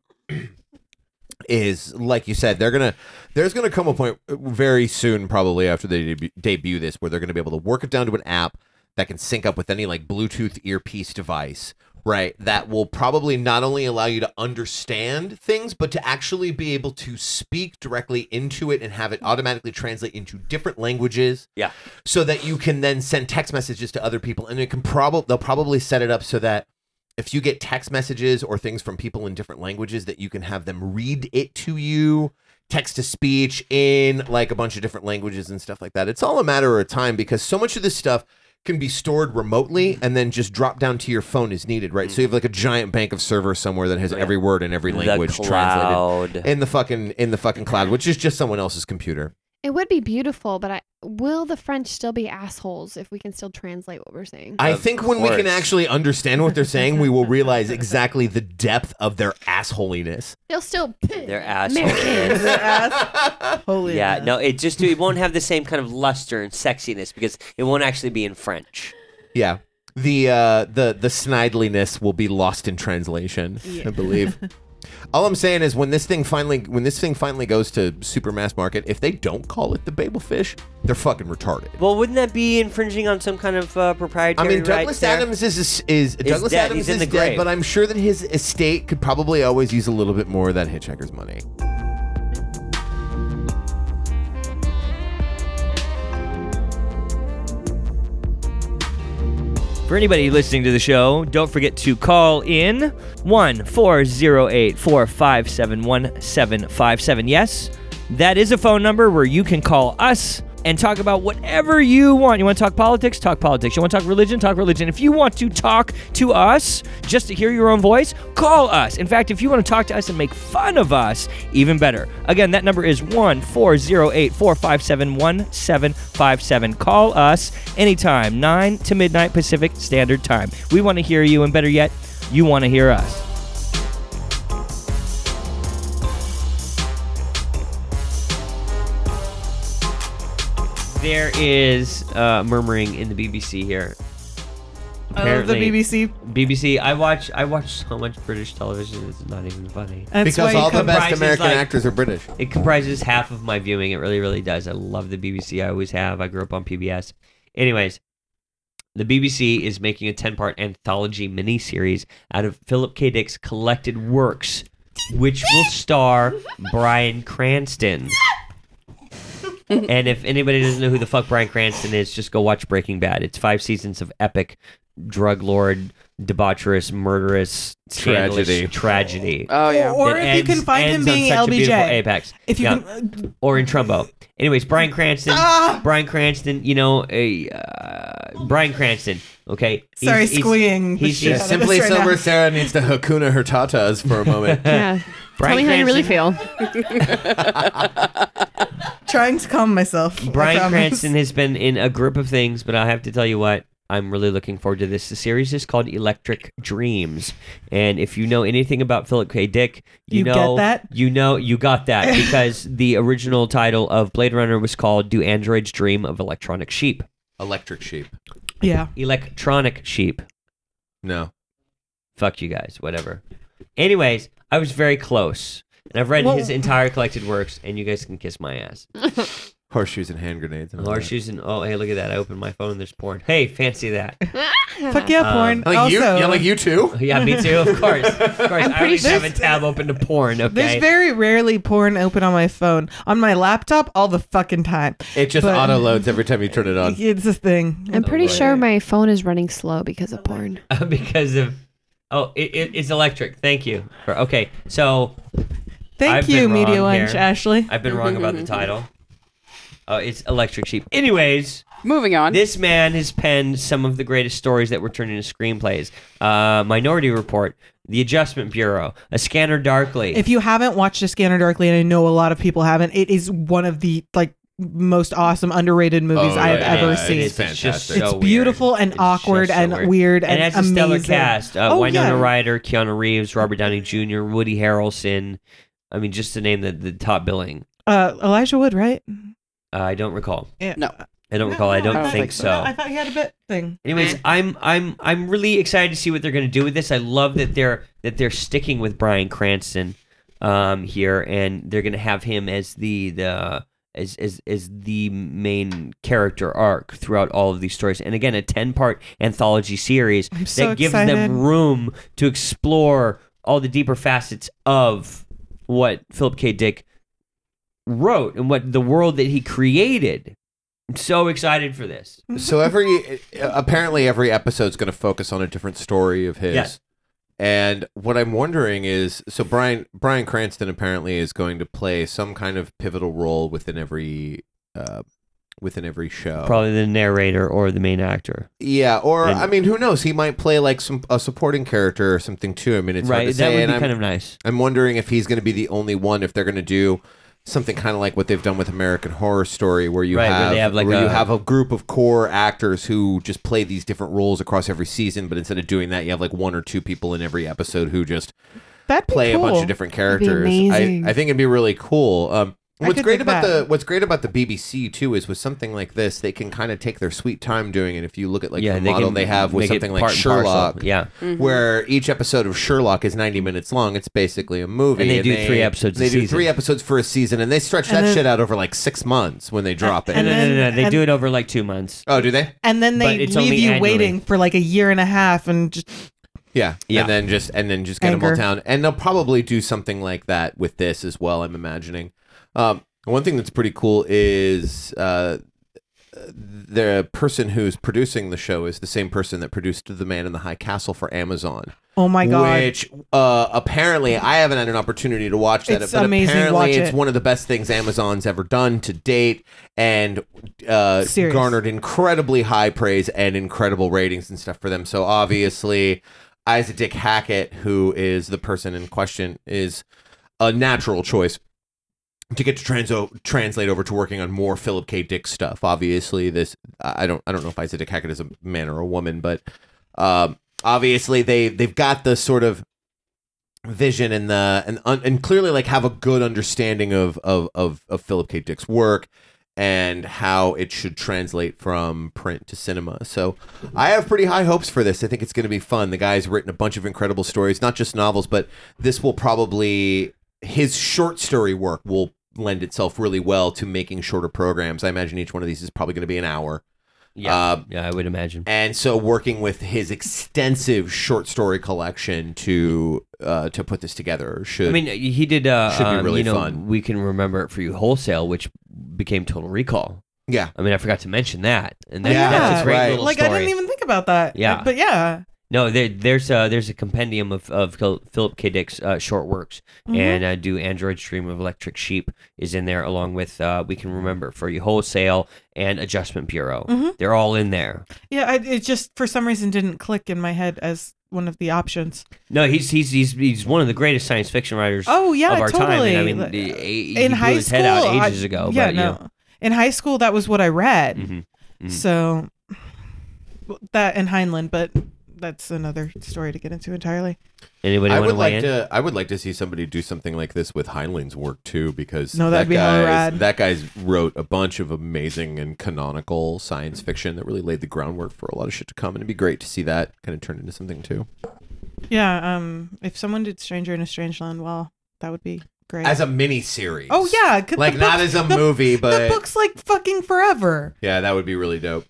[SPEAKER 1] is like you said they're gonna there's gonna come a point very soon probably after they debu- debut this where they're gonna be able to work it down to an app that can sync up with any like bluetooth earpiece device right that will probably not only allow you to understand things but to actually be able to speak directly into it and have it automatically translate into different languages
[SPEAKER 2] Yeah.
[SPEAKER 1] so that you can then send text messages to other people and it can probably they'll probably set it up so that if you get text messages or things from people in different languages that you can have them read it to you text to speech in like a bunch of different languages and stuff like that it's all a matter of time because so much of this stuff can be stored remotely and then just drop down to your phone as needed right so you have like a giant bank of servers somewhere that has every word in every language
[SPEAKER 2] the
[SPEAKER 1] translated
[SPEAKER 2] cloud.
[SPEAKER 1] in the fucking in the fucking cloud which is just someone else's computer
[SPEAKER 4] It would be beautiful, but I will the French still be assholes if we can still translate what we're saying?
[SPEAKER 1] I
[SPEAKER 10] Of
[SPEAKER 1] think when we can
[SPEAKER 10] course.
[SPEAKER 1] actually understand what they're saying, we will realize exactly the depth of their assholiness.
[SPEAKER 4] They'll still
[SPEAKER 2] They're
[SPEAKER 4] Americans.
[SPEAKER 2] assholes.
[SPEAKER 7] Holy
[SPEAKER 2] yeah.
[SPEAKER 7] man.
[SPEAKER 2] No, it just it won't have the same kind of luster and sexiness because it won't actually be in French.
[SPEAKER 1] Yeah. The uh the the snidliness will be lost in translation, I believe. All I'm saying is when this thing finally when this thing finally goes to super mass market, if they don't call it the Babel fish, they're fucking retarded.
[SPEAKER 2] Well, wouldn't that be infringing on some kind of uh, proprietary?
[SPEAKER 1] I mean,
[SPEAKER 2] right
[SPEAKER 1] Douglas
[SPEAKER 2] there?
[SPEAKER 1] Adams is is, is Douglas
[SPEAKER 2] dead.
[SPEAKER 1] Adams
[SPEAKER 2] He's
[SPEAKER 1] is
[SPEAKER 2] in the
[SPEAKER 1] dead,
[SPEAKER 2] grave.
[SPEAKER 1] but I'm sure that his estate could probably always use a little bit more of that hitchhiker's money.
[SPEAKER 2] For anybody listening to the show, don't forget to call in 1 408 457 1757. Yes, that is a phone number where you can call us and talk about whatever you want. You want to talk politics? Talk politics. You want to talk religion? Talk religion. If you want to talk to us just to hear your own voice, call us. In fact, if you want to talk to us and make fun of us, even better. Again, that number is 1 408 457 1757. Call us anytime, 9 to midnight Pacific Standard Time. We want to hear you, and better yet, you want to hear us. There is uh, murmuring in the BBC here.
[SPEAKER 7] Oh, the BBC.
[SPEAKER 2] BBC. I watch. I watch so much British television. It's not even funny.
[SPEAKER 7] That's
[SPEAKER 1] because
[SPEAKER 7] why
[SPEAKER 1] all
[SPEAKER 7] you
[SPEAKER 1] the
[SPEAKER 7] come
[SPEAKER 1] best
[SPEAKER 2] comprises,
[SPEAKER 1] American
[SPEAKER 2] like-
[SPEAKER 1] actors are British.
[SPEAKER 2] It comprises half of my viewing. It really, really does. I love the BBC. I always have. I grew up on PBS. Anyways, the BBC is making a ten-part anthology miniseries out of Philip K. Dick's collected works, which will star Brian Cranston. and if anybody doesn't know who the fuck Brian Cranston is, just go watch Breaking Bad. It's five seasons of epic drug lord debaucherous, murderous, scandalous
[SPEAKER 1] Tragedy.
[SPEAKER 2] tragedy.
[SPEAKER 3] Oh yeah.
[SPEAKER 2] that
[SPEAKER 11] Or if you can
[SPEAKER 2] ends-
[SPEAKER 11] find him
[SPEAKER 2] ends on
[SPEAKER 11] being
[SPEAKER 2] such a beautiful
[SPEAKER 11] LBJ.
[SPEAKER 2] apex.
[SPEAKER 11] If you
[SPEAKER 2] Yeah.
[SPEAKER 11] can, uh,
[SPEAKER 2] or in Trumbo. Anyways, Brian Cranston.
[SPEAKER 11] Ah!
[SPEAKER 2] Brian Cranston, you know, a uh, Brian Cranston. Okay. He's-
[SPEAKER 11] sorry,
[SPEAKER 2] he's-
[SPEAKER 11] squeeing. the
[SPEAKER 2] he's-
[SPEAKER 11] shit
[SPEAKER 2] he's
[SPEAKER 11] out of
[SPEAKER 1] Simply
[SPEAKER 11] us right
[SPEAKER 1] Silver
[SPEAKER 11] now.
[SPEAKER 1] Sarah needs to Hakuna her tatas for a moment.
[SPEAKER 4] Yeah. Tell me how you really feel.
[SPEAKER 11] Trying to calm myself. I
[SPEAKER 2] Brian
[SPEAKER 11] promise.
[SPEAKER 2] Cranston has been in a group of things, but I have to tell you what. I'm really looking forward to this. The series is called Electric Dreams, and if you know anything about Philip K. Dick, you,
[SPEAKER 11] You get
[SPEAKER 2] know
[SPEAKER 11] that?
[SPEAKER 2] you know you got that because the original title of Blade Runner was called "Do Androids Dream of Electronic Sheep?"
[SPEAKER 1] Electric sheep.
[SPEAKER 11] Yeah.
[SPEAKER 2] Electronic Sheep.
[SPEAKER 1] No.
[SPEAKER 2] fuck you guys, whatever. Anyways, I was very close. And I've read
[SPEAKER 11] Well-
[SPEAKER 2] his entire collected works, and you guys can kiss my ass.
[SPEAKER 1] Horseshoes and hand grenades. And all that.
[SPEAKER 2] Horseshoes and oh, hey, look at that! I opened my phone. There's porn. Hey, fancy that?
[SPEAKER 11] Fuck yeah,
[SPEAKER 2] Um,
[SPEAKER 11] porn.
[SPEAKER 1] Like
[SPEAKER 11] also,
[SPEAKER 1] you, yeah, like you too.
[SPEAKER 2] Yeah, me too. Of course, of course.
[SPEAKER 4] I'm
[SPEAKER 2] I
[SPEAKER 4] pretty
[SPEAKER 2] always
[SPEAKER 4] sure-
[SPEAKER 2] have a tab open to porn.
[SPEAKER 11] There's
[SPEAKER 2] Okay.
[SPEAKER 11] very rarely porn open on my phone. On my laptop, all the fucking time.
[SPEAKER 1] It just
[SPEAKER 11] But-
[SPEAKER 1] auto loads every time you turn it on.
[SPEAKER 11] It's a thing.
[SPEAKER 4] I'm pretty
[SPEAKER 2] Right.
[SPEAKER 4] sure my phone is running slow because of porn.
[SPEAKER 2] because of oh, it, it, it's electric. Thank you. For- Okay, so
[SPEAKER 11] Thank
[SPEAKER 2] I've
[SPEAKER 11] you,
[SPEAKER 2] been
[SPEAKER 11] Media
[SPEAKER 2] wrong
[SPEAKER 11] Lunch,
[SPEAKER 2] here.
[SPEAKER 11] Ashley.
[SPEAKER 2] I've been wrong about the
[SPEAKER 11] Mm-hmm.
[SPEAKER 2] title. Oh, it's electric sheep. Anyways,
[SPEAKER 3] Moving on.
[SPEAKER 2] This man has penned some of the greatest stories that were turned into screenplays. Uh, Minority Report, The Adjustment Bureau, A Scanner Darkly.
[SPEAKER 11] If you haven't watched A Scanner Darkly, and I know a lot of people haven't, it is one of the like most awesome underrated movies
[SPEAKER 1] Oh,
[SPEAKER 11] I have
[SPEAKER 1] yeah,
[SPEAKER 11] ever
[SPEAKER 1] yeah,
[SPEAKER 11] seen.
[SPEAKER 1] It's
[SPEAKER 2] It's, just
[SPEAKER 1] fantastic.
[SPEAKER 2] so
[SPEAKER 11] It's
[SPEAKER 2] weird.
[SPEAKER 11] beautiful and
[SPEAKER 2] It's just
[SPEAKER 11] awkward
[SPEAKER 2] so
[SPEAKER 11] and
[SPEAKER 2] weird.
[SPEAKER 11] weird
[SPEAKER 2] And
[SPEAKER 11] and
[SPEAKER 2] that's a stellar
[SPEAKER 11] amazing.
[SPEAKER 2] cast. Uh,
[SPEAKER 11] Oh,
[SPEAKER 2] Winona
[SPEAKER 11] yeah.
[SPEAKER 2] Ryder, Keanu Reeves, Robert Downey Jr., Woody Harrelson. I mean, just to name the, the top billing.
[SPEAKER 11] Uh, Elijah Wood, right?
[SPEAKER 2] Uh, I don't recall.
[SPEAKER 11] Yeah.
[SPEAKER 3] No.
[SPEAKER 2] I don't recall. I don't, think, so.
[SPEAKER 11] I thought he had a bit thing.
[SPEAKER 2] Anyways, I'm I'm I'm really excited to see what they're going to do with this. I love that they're that they're sticking with Brian Cranston um, here, and they're going to have him as the the as, as as the main character arc throughout all of these stories. And again, a ten part anthology series
[SPEAKER 11] I'm
[SPEAKER 2] that
[SPEAKER 11] so
[SPEAKER 2] gives
[SPEAKER 11] excited.
[SPEAKER 2] them room to explore all the deeper facets of what Philip K. Dick wrote and what the world that he created. I'm so excited for this.
[SPEAKER 1] So every apparently every episode's going to focus on a different story of his.
[SPEAKER 2] Yeah.
[SPEAKER 1] And what I'm wondering is, so Brian Brian Cranston apparently is going to play some kind of pivotal role within every uh, within every
[SPEAKER 11] Oh.
[SPEAKER 1] show.
[SPEAKER 2] Probably the narrator or the main actor.
[SPEAKER 1] Yeah, or
[SPEAKER 2] And-
[SPEAKER 1] I mean, who knows? He might play like some a supporting character or something too. I mean, it's hard
[SPEAKER 2] right.
[SPEAKER 1] to
[SPEAKER 2] That
[SPEAKER 1] say.
[SPEAKER 2] would
[SPEAKER 1] and
[SPEAKER 2] be
[SPEAKER 1] I'm,
[SPEAKER 2] kind of nice.
[SPEAKER 1] I'm wondering if he's going to be the only one. If they're going to do something kind of like what they've done with American Horror Story, where you
[SPEAKER 2] Right, where
[SPEAKER 1] have,
[SPEAKER 2] they have, like,
[SPEAKER 1] where you
[SPEAKER 2] a-
[SPEAKER 1] have a group of core actors who just play these different roles across every season, but instead of doing that, you have like one or two people in every episode who just
[SPEAKER 11] That'd be
[SPEAKER 1] play
[SPEAKER 11] cool.
[SPEAKER 1] a bunch of different
[SPEAKER 4] That'd be
[SPEAKER 1] characters. I,
[SPEAKER 4] amazing.
[SPEAKER 1] I think it'd be really cool. Um,
[SPEAKER 11] I
[SPEAKER 1] what's
[SPEAKER 11] could
[SPEAKER 1] great
[SPEAKER 11] dig
[SPEAKER 1] about
[SPEAKER 11] that.
[SPEAKER 1] the what's great about the BBC too is with something like this, they can kind of take their sweet time doing it. If you look at like the model
[SPEAKER 2] can
[SPEAKER 1] they have with
[SPEAKER 2] make it
[SPEAKER 1] something like
[SPEAKER 2] part and parcel.
[SPEAKER 1] Sherlock,
[SPEAKER 2] Yeah.
[SPEAKER 1] where each episode of Sherlock is 90 minutes long. It's basically a movie.
[SPEAKER 2] And they do three episodes
[SPEAKER 1] They
[SPEAKER 2] a
[SPEAKER 1] do
[SPEAKER 2] season.
[SPEAKER 1] three episodes for a season, and they stretch
[SPEAKER 11] And
[SPEAKER 1] that
[SPEAKER 11] then-
[SPEAKER 1] shit out over like six months when they drop
[SPEAKER 2] No,
[SPEAKER 11] And
[SPEAKER 1] it.
[SPEAKER 2] no, no,
[SPEAKER 11] then-
[SPEAKER 2] no, They
[SPEAKER 11] and-
[SPEAKER 2] do it over like two months.
[SPEAKER 1] Oh, do they?
[SPEAKER 11] and then
[SPEAKER 2] But
[SPEAKER 11] they
[SPEAKER 2] it's
[SPEAKER 11] leave
[SPEAKER 2] only
[SPEAKER 11] you
[SPEAKER 2] annually.
[SPEAKER 11] waiting for like a year and a half and just
[SPEAKER 1] Yeah.
[SPEAKER 2] Yeah.
[SPEAKER 1] And then just and then just get them all
[SPEAKER 11] Anger.
[SPEAKER 1] down. And they'll probably do something like that with this as well, I'm imagining. Um, one thing that's pretty cool is uh, the person who's producing the show is the same person that produced The Man in the High Castle for Amazon.
[SPEAKER 11] oh my god.
[SPEAKER 1] Which uh, apparently I haven't had an opportunity to watch that.
[SPEAKER 11] It's
[SPEAKER 1] but
[SPEAKER 11] amazing.
[SPEAKER 1] Apparently
[SPEAKER 11] Watch
[SPEAKER 1] it's
[SPEAKER 11] it.
[SPEAKER 1] one of the best things Amazon's ever done to date, and uh,
[SPEAKER 11] Serious.
[SPEAKER 1] garnered incredibly high praise and incredible ratings and stuff for them. So obviously, Isaac Dick Hackett, who is the person in question, is a natural choice to get to transo- translate over to working on more Philip K. Dick stuff. Obviously, this I I don't I don't know if Isaac Dick Hackett is a man or a woman, but um, obviously they they've got the sort of vision and the and un, and clearly like have a good understanding of of of, of Philip K. Dick's work and how it should translate from print to cinema. So I have pretty high hopes for this. I think it's going to be fun. The guy's written a bunch of incredible stories, not just novels, but this will probably his short story work will lend itself really well to making shorter programs. I imagine each one of these is probably going to be an hour.
[SPEAKER 2] Yeah.
[SPEAKER 1] Uh,
[SPEAKER 2] yeah, I would imagine.
[SPEAKER 1] And so working with his extensive short story collection to uh, to put this together should
[SPEAKER 2] I mean, he did. Uh,
[SPEAKER 1] Should be
[SPEAKER 2] um,
[SPEAKER 1] really
[SPEAKER 2] you know,
[SPEAKER 1] fun.
[SPEAKER 2] We can remember it for you wholesale, which became Total Recall.
[SPEAKER 1] yeah.
[SPEAKER 2] I mean, I forgot to mention that, and that,
[SPEAKER 11] Yeah,
[SPEAKER 2] that's a great
[SPEAKER 1] right.
[SPEAKER 2] little
[SPEAKER 11] like
[SPEAKER 2] story.
[SPEAKER 11] I didn't even think about that.
[SPEAKER 2] Yeah.
[SPEAKER 11] But yeah.
[SPEAKER 2] No, there, there's a, there's a compendium of, of Phil- Philip K. Dick's uh, short works,
[SPEAKER 11] Mhm.
[SPEAKER 2] and uh, "Do Androids Dream of Electric Sheep" is in there, along with uh, "We Can Remember for You Wholesale" and "Adjustment Bureau."
[SPEAKER 11] Mhm.
[SPEAKER 2] They're all in there.
[SPEAKER 11] Yeah, I, it just for some reason didn't click in my head as one of the options.
[SPEAKER 2] No, he's he's he's, he's one of the greatest science fiction writers.
[SPEAKER 11] Oh yeah,
[SPEAKER 2] of our
[SPEAKER 11] totally.
[SPEAKER 2] time. And I mean,
[SPEAKER 11] Like, uh,
[SPEAKER 2] the- he
[SPEAKER 11] in
[SPEAKER 2] blew
[SPEAKER 11] high
[SPEAKER 2] his
[SPEAKER 11] school,
[SPEAKER 2] head out
[SPEAKER 11] I-
[SPEAKER 2] ages ago.
[SPEAKER 11] Yeah,
[SPEAKER 2] but,
[SPEAKER 11] no. In high school, that was what I read.
[SPEAKER 2] You know, mhm.
[SPEAKER 1] Mm.
[SPEAKER 2] Mhm.
[SPEAKER 11] So well, that and Heinlein, but that's another story to get into entirely.
[SPEAKER 2] Anybody
[SPEAKER 1] I would
[SPEAKER 2] want to weigh
[SPEAKER 1] like
[SPEAKER 2] in?
[SPEAKER 1] to. I would like to see somebody do something like this with Heinlein's work too, because
[SPEAKER 11] No, that'd
[SPEAKER 1] that
[SPEAKER 11] be hella
[SPEAKER 1] guy's,
[SPEAKER 11] rad.
[SPEAKER 1] That guy's wrote a bunch of amazing and canonical science fiction that really laid the groundwork for a lot of shit to come, and it'd be great to see that kind of turn into something too.
[SPEAKER 11] Yeah, um, if someone did Stranger in a Strange Land, well, that would be great.
[SPEAKER 1] As a mini series.
[SPEAKER 11] oh yeah, 'cause the
[SPEAKER 1] like not as
[SPEAKER 11] books-
[SPEAKER 1] a
[SPEAKER 11] the-
[SPEAKER 1] movie,
[SPEAKER 11] the
[SPEAKER 1] but
[SPEAKER 11] book's like fucking forever.
[SPEAKER 1] yeah, that would be really dope.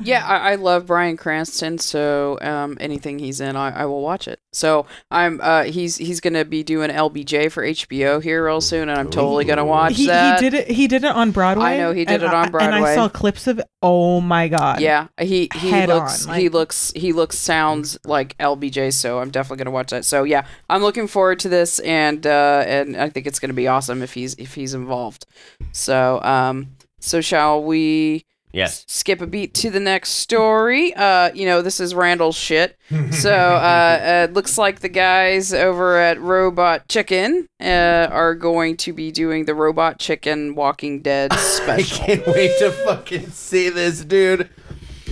[SPEAKER 3] Yeah, I, I love Brian Cranston, so um, anything he's in, I, I will watch it. So I'm uh, he's he's gonna be doing LBJ for HBO here real soon, and I'm totally gonna
[SPEAKER 1] Ooh.
[SPEAKER 3] watch
[SPEAKER 11] He, he
[SPEAKER 3] that.
[SPEAKER 11] did it. He did it on Broadway.
[SPEAKER 3] I know he did
[SPEAKER 11] and
[SPEAKER 3] it
[SPEAKER 11] I-
[SPEAKER 3] on
[SPEAKER 11] and I
[SPEAKER 3] Broadway.
[SPEAKER 11] saw clips of. it. Oh my god.
[SPEAKER 3] yeah, he he
[SPEAKER 11] Head
[SPEAKER 3] looks
[SPEAKER 11] on,
[SPEAKER 3] he
[SPEAKER 11] like-
[SPEAKER 3] looks he looks sounds like LBJ, so I'm definitely gonna watch that. So yeah, I'm looking forward to this, and uh, and I think it's gonna be awesome if he's if he's involved. So um, so shall we?
[SPEAKER 2] yes.
[SPEAKER 3] skip a beat to the next story. Uh, you know, this is Randall's shit. so uh, uh, looks like the guys over at Robot Chicken uh, are going to be doing the Robot Chicken Walking Dead
[SPEAKER 1] I
[SPEAKER 3] special.
[SPEAKER 1] can't wait to fucking see this, dude.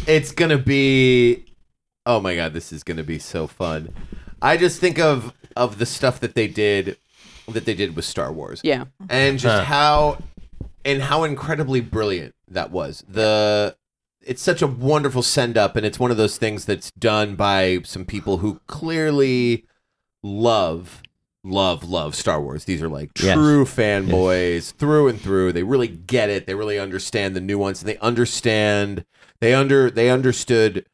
[SPEAKER 1] It's gonna be. Oh my god, this is gonna be so fun. I just think of of the stuff that they did, that they did with Star Wars,
[SPEAKER 3] yeah.
[SPEAKER 1] and just
[SPEAKER 2] Huh.
[SPEAKER 1] how, and how incredibly brilliant that was. The it's such a wonderful send up, and it's one of those things that's done by some people who clearly love love love star wars these are like
[SPEAKER 2] Yes.
[SPEAKER 1] true fanboys through and through they really get it they really understand the nuance and they understand they under they understood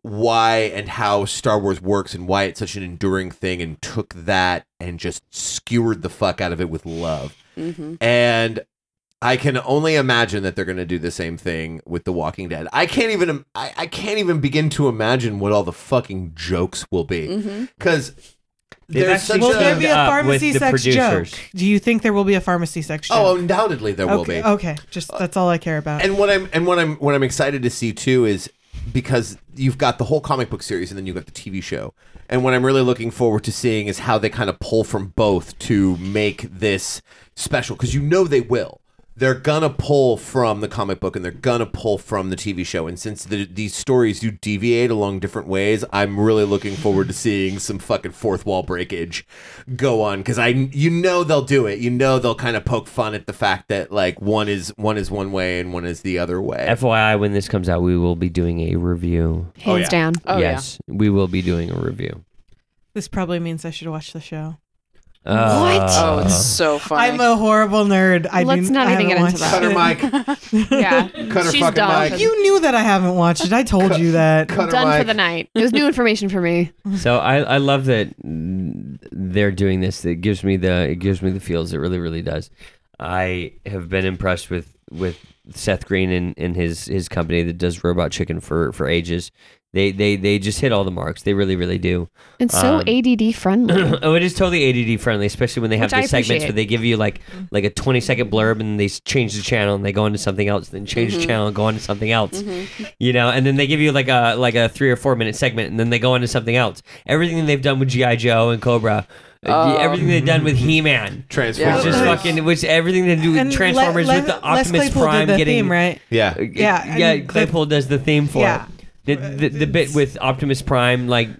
[SPEAKER 1] why and how star wars works and why it's such an enduring thing and took that and just skewered the fuck out of it with love
[SPEAKER 3] hmm
[SPEAKER 1] and I can only imagine that they're going to do the same thing with The Walking Dead. I can't even im- I, I can't even begin to imagine what all the fucking jokes will be
[SPEAKER 3] hmm
[SPEAKER 1] because
[SPEAKER 2] They've
[SPEAKER 1] there's such
[SPEAKER 2] actually
[SPEAKER 11] Will
[SPEAKER 2] Shut
[SPEAKER 11] there
[SPEAKER 1] a
[SPEAKER 11] be a
[SPEAKER 2] up with
[SPEAKER 11] pharmacy
[SPEAKER 2] the
[SPEAKER 11] sex
[SPEAKER 2] producers.
[SPEAKER 11] joke? Do you think there will be a pharmacy sex joke?
[SPEAKER 1] oh undoubtedly there will
[SPEAKER 11] okay,
[SPEAKER 1] be Uh,
[SPEAKER 11] Okay, just that's all I care about.
[SPEAKER 1] and what I'm and what I'm what I'm excited to see too is because you've got the whole comic book series and then you've got the TV show. And what I'm really looking forward to seeing is how they kind of pull from both to make this special because you know they will. They're gonna pull from the comic book and they're gonna pull from the TV show. And since the, these stories do deviate along different ways, I'm really looking forward to seeing some fucking fourth wall breakage go on because I you know they'll do it. You know they'll kind of poke fun at the fact that like one is one is one way and one is the other way.
[SPEAKER 2] FYI, when this comes out, we will be doing a review.
[SPEAKER 4] Hands
[SPEAKER 1] yeah.
[SPEAKER 4] down.
[SPEAKER 3] Oh
[SPEAKER 2] yes, we will be doing a review.
[SPEAKER 11] this probably means I should watch the show.
[SPEAKER 2] What?
[SPEAKER 3] yeah.
[SPEAKER 2] Uh-huh.
[SPEAKER 3] Oh, it's so funny.
[SPEAKER 11] I'm a horrible nerd. I
[SPEAKER 4] Let's
[SPEAKER 11] do,
[SPEAKER 4] not
[SPEAKER 11] I
[SPEAKER 4] even get
[SPEAKER 11] haven't
[SPEAKER 4] into
[SPEAKER 11] watched
[SPEAKER 4] that.
[SPEAKER 1] Cut her
[SPEAKER 11] it.
[SPEAKER 1] mic.
[SPEAKER 4] yeah.
[SPEAKER 1] Cut her
[SPEAKER 4] She's
[SPEAKER 1] fucking
[SPEAKER 4] done.
[SPEAKER 1] mic.
[SPEAKER 11] You knew that I haven't watched it. I told you that.
[SPEAKER 1] Cut her
[SPEAKER 4] Done for
[SPEAKER 1] mic.
[SPEAKER 4] the night. It was new information for me.
[SPEAKER 2] so I, I love that mm, they're doing this. It gives me the it gives me the feels. It really really does. I have been impressed with with Seth Green and, and his his company that does Robot Chicken for for ages. They they they just hit all the marks. They really really do.
[SPEAKER 4] And so
[SPEAKER 2] Um,
[SPEAKER 4] ADD friendly.
[SPEAKER 2] oh, it is totally ADD friendly, especially when they have
[SPEAKER 4] Which I
[SPEAKER 2] the segments
[SPEAKER 4] appreciate.
[SPEAKER 2] where they give you like
[SPEAKER 11] Mm-hmm.
[SPEAKER 2] like a twenty second blurb and they s- change the channel and they go into something else, then change
[SPEAKER 11] Mm-hmm.
[SPEAKER 2] the channel and go into something else. You know, and then they give you like a like a three or four minute segment and then they go into something else. Everything they've done with GI Joe and Cobra, uh,
[SPEAKER 3] Oh.
[SPEAKER 2] everything they've done with He Man.
[SPEAKER 1] Transformers.
[SPEAKER 2] Which is
[SPEAKER 11] Um, Yeah.
[SPEAKER 2] fucking, which everything they do with
[SPEAKER 11] And
[SPEAKER 2] Transformers
[SPEAKER 11] Le-
[SPEAKER 2] with the
[SPEAKER 11] Les
[SPEAKER 2] Optimus
[SPEAKER 11] Claypool
[SPEAKER 2] Prime
[SPEAKER 11] did the
[SPEAKER 2] getting
[SPEAKER 11] theme, right?
[SPEAKER 1] Yeah.
[SPEAKER 2] uh,
[SPEAKER 11] Yeah,
[SPEAKER 2] yeah,
[SPEAKER 11] I mean, the-
[SPEAKER 2] Claypool does the theme for
[SPEAKER 11] Yeah. Uh,
[SPEAKER 2] it. The, the, the bit with Optimus Prime, like,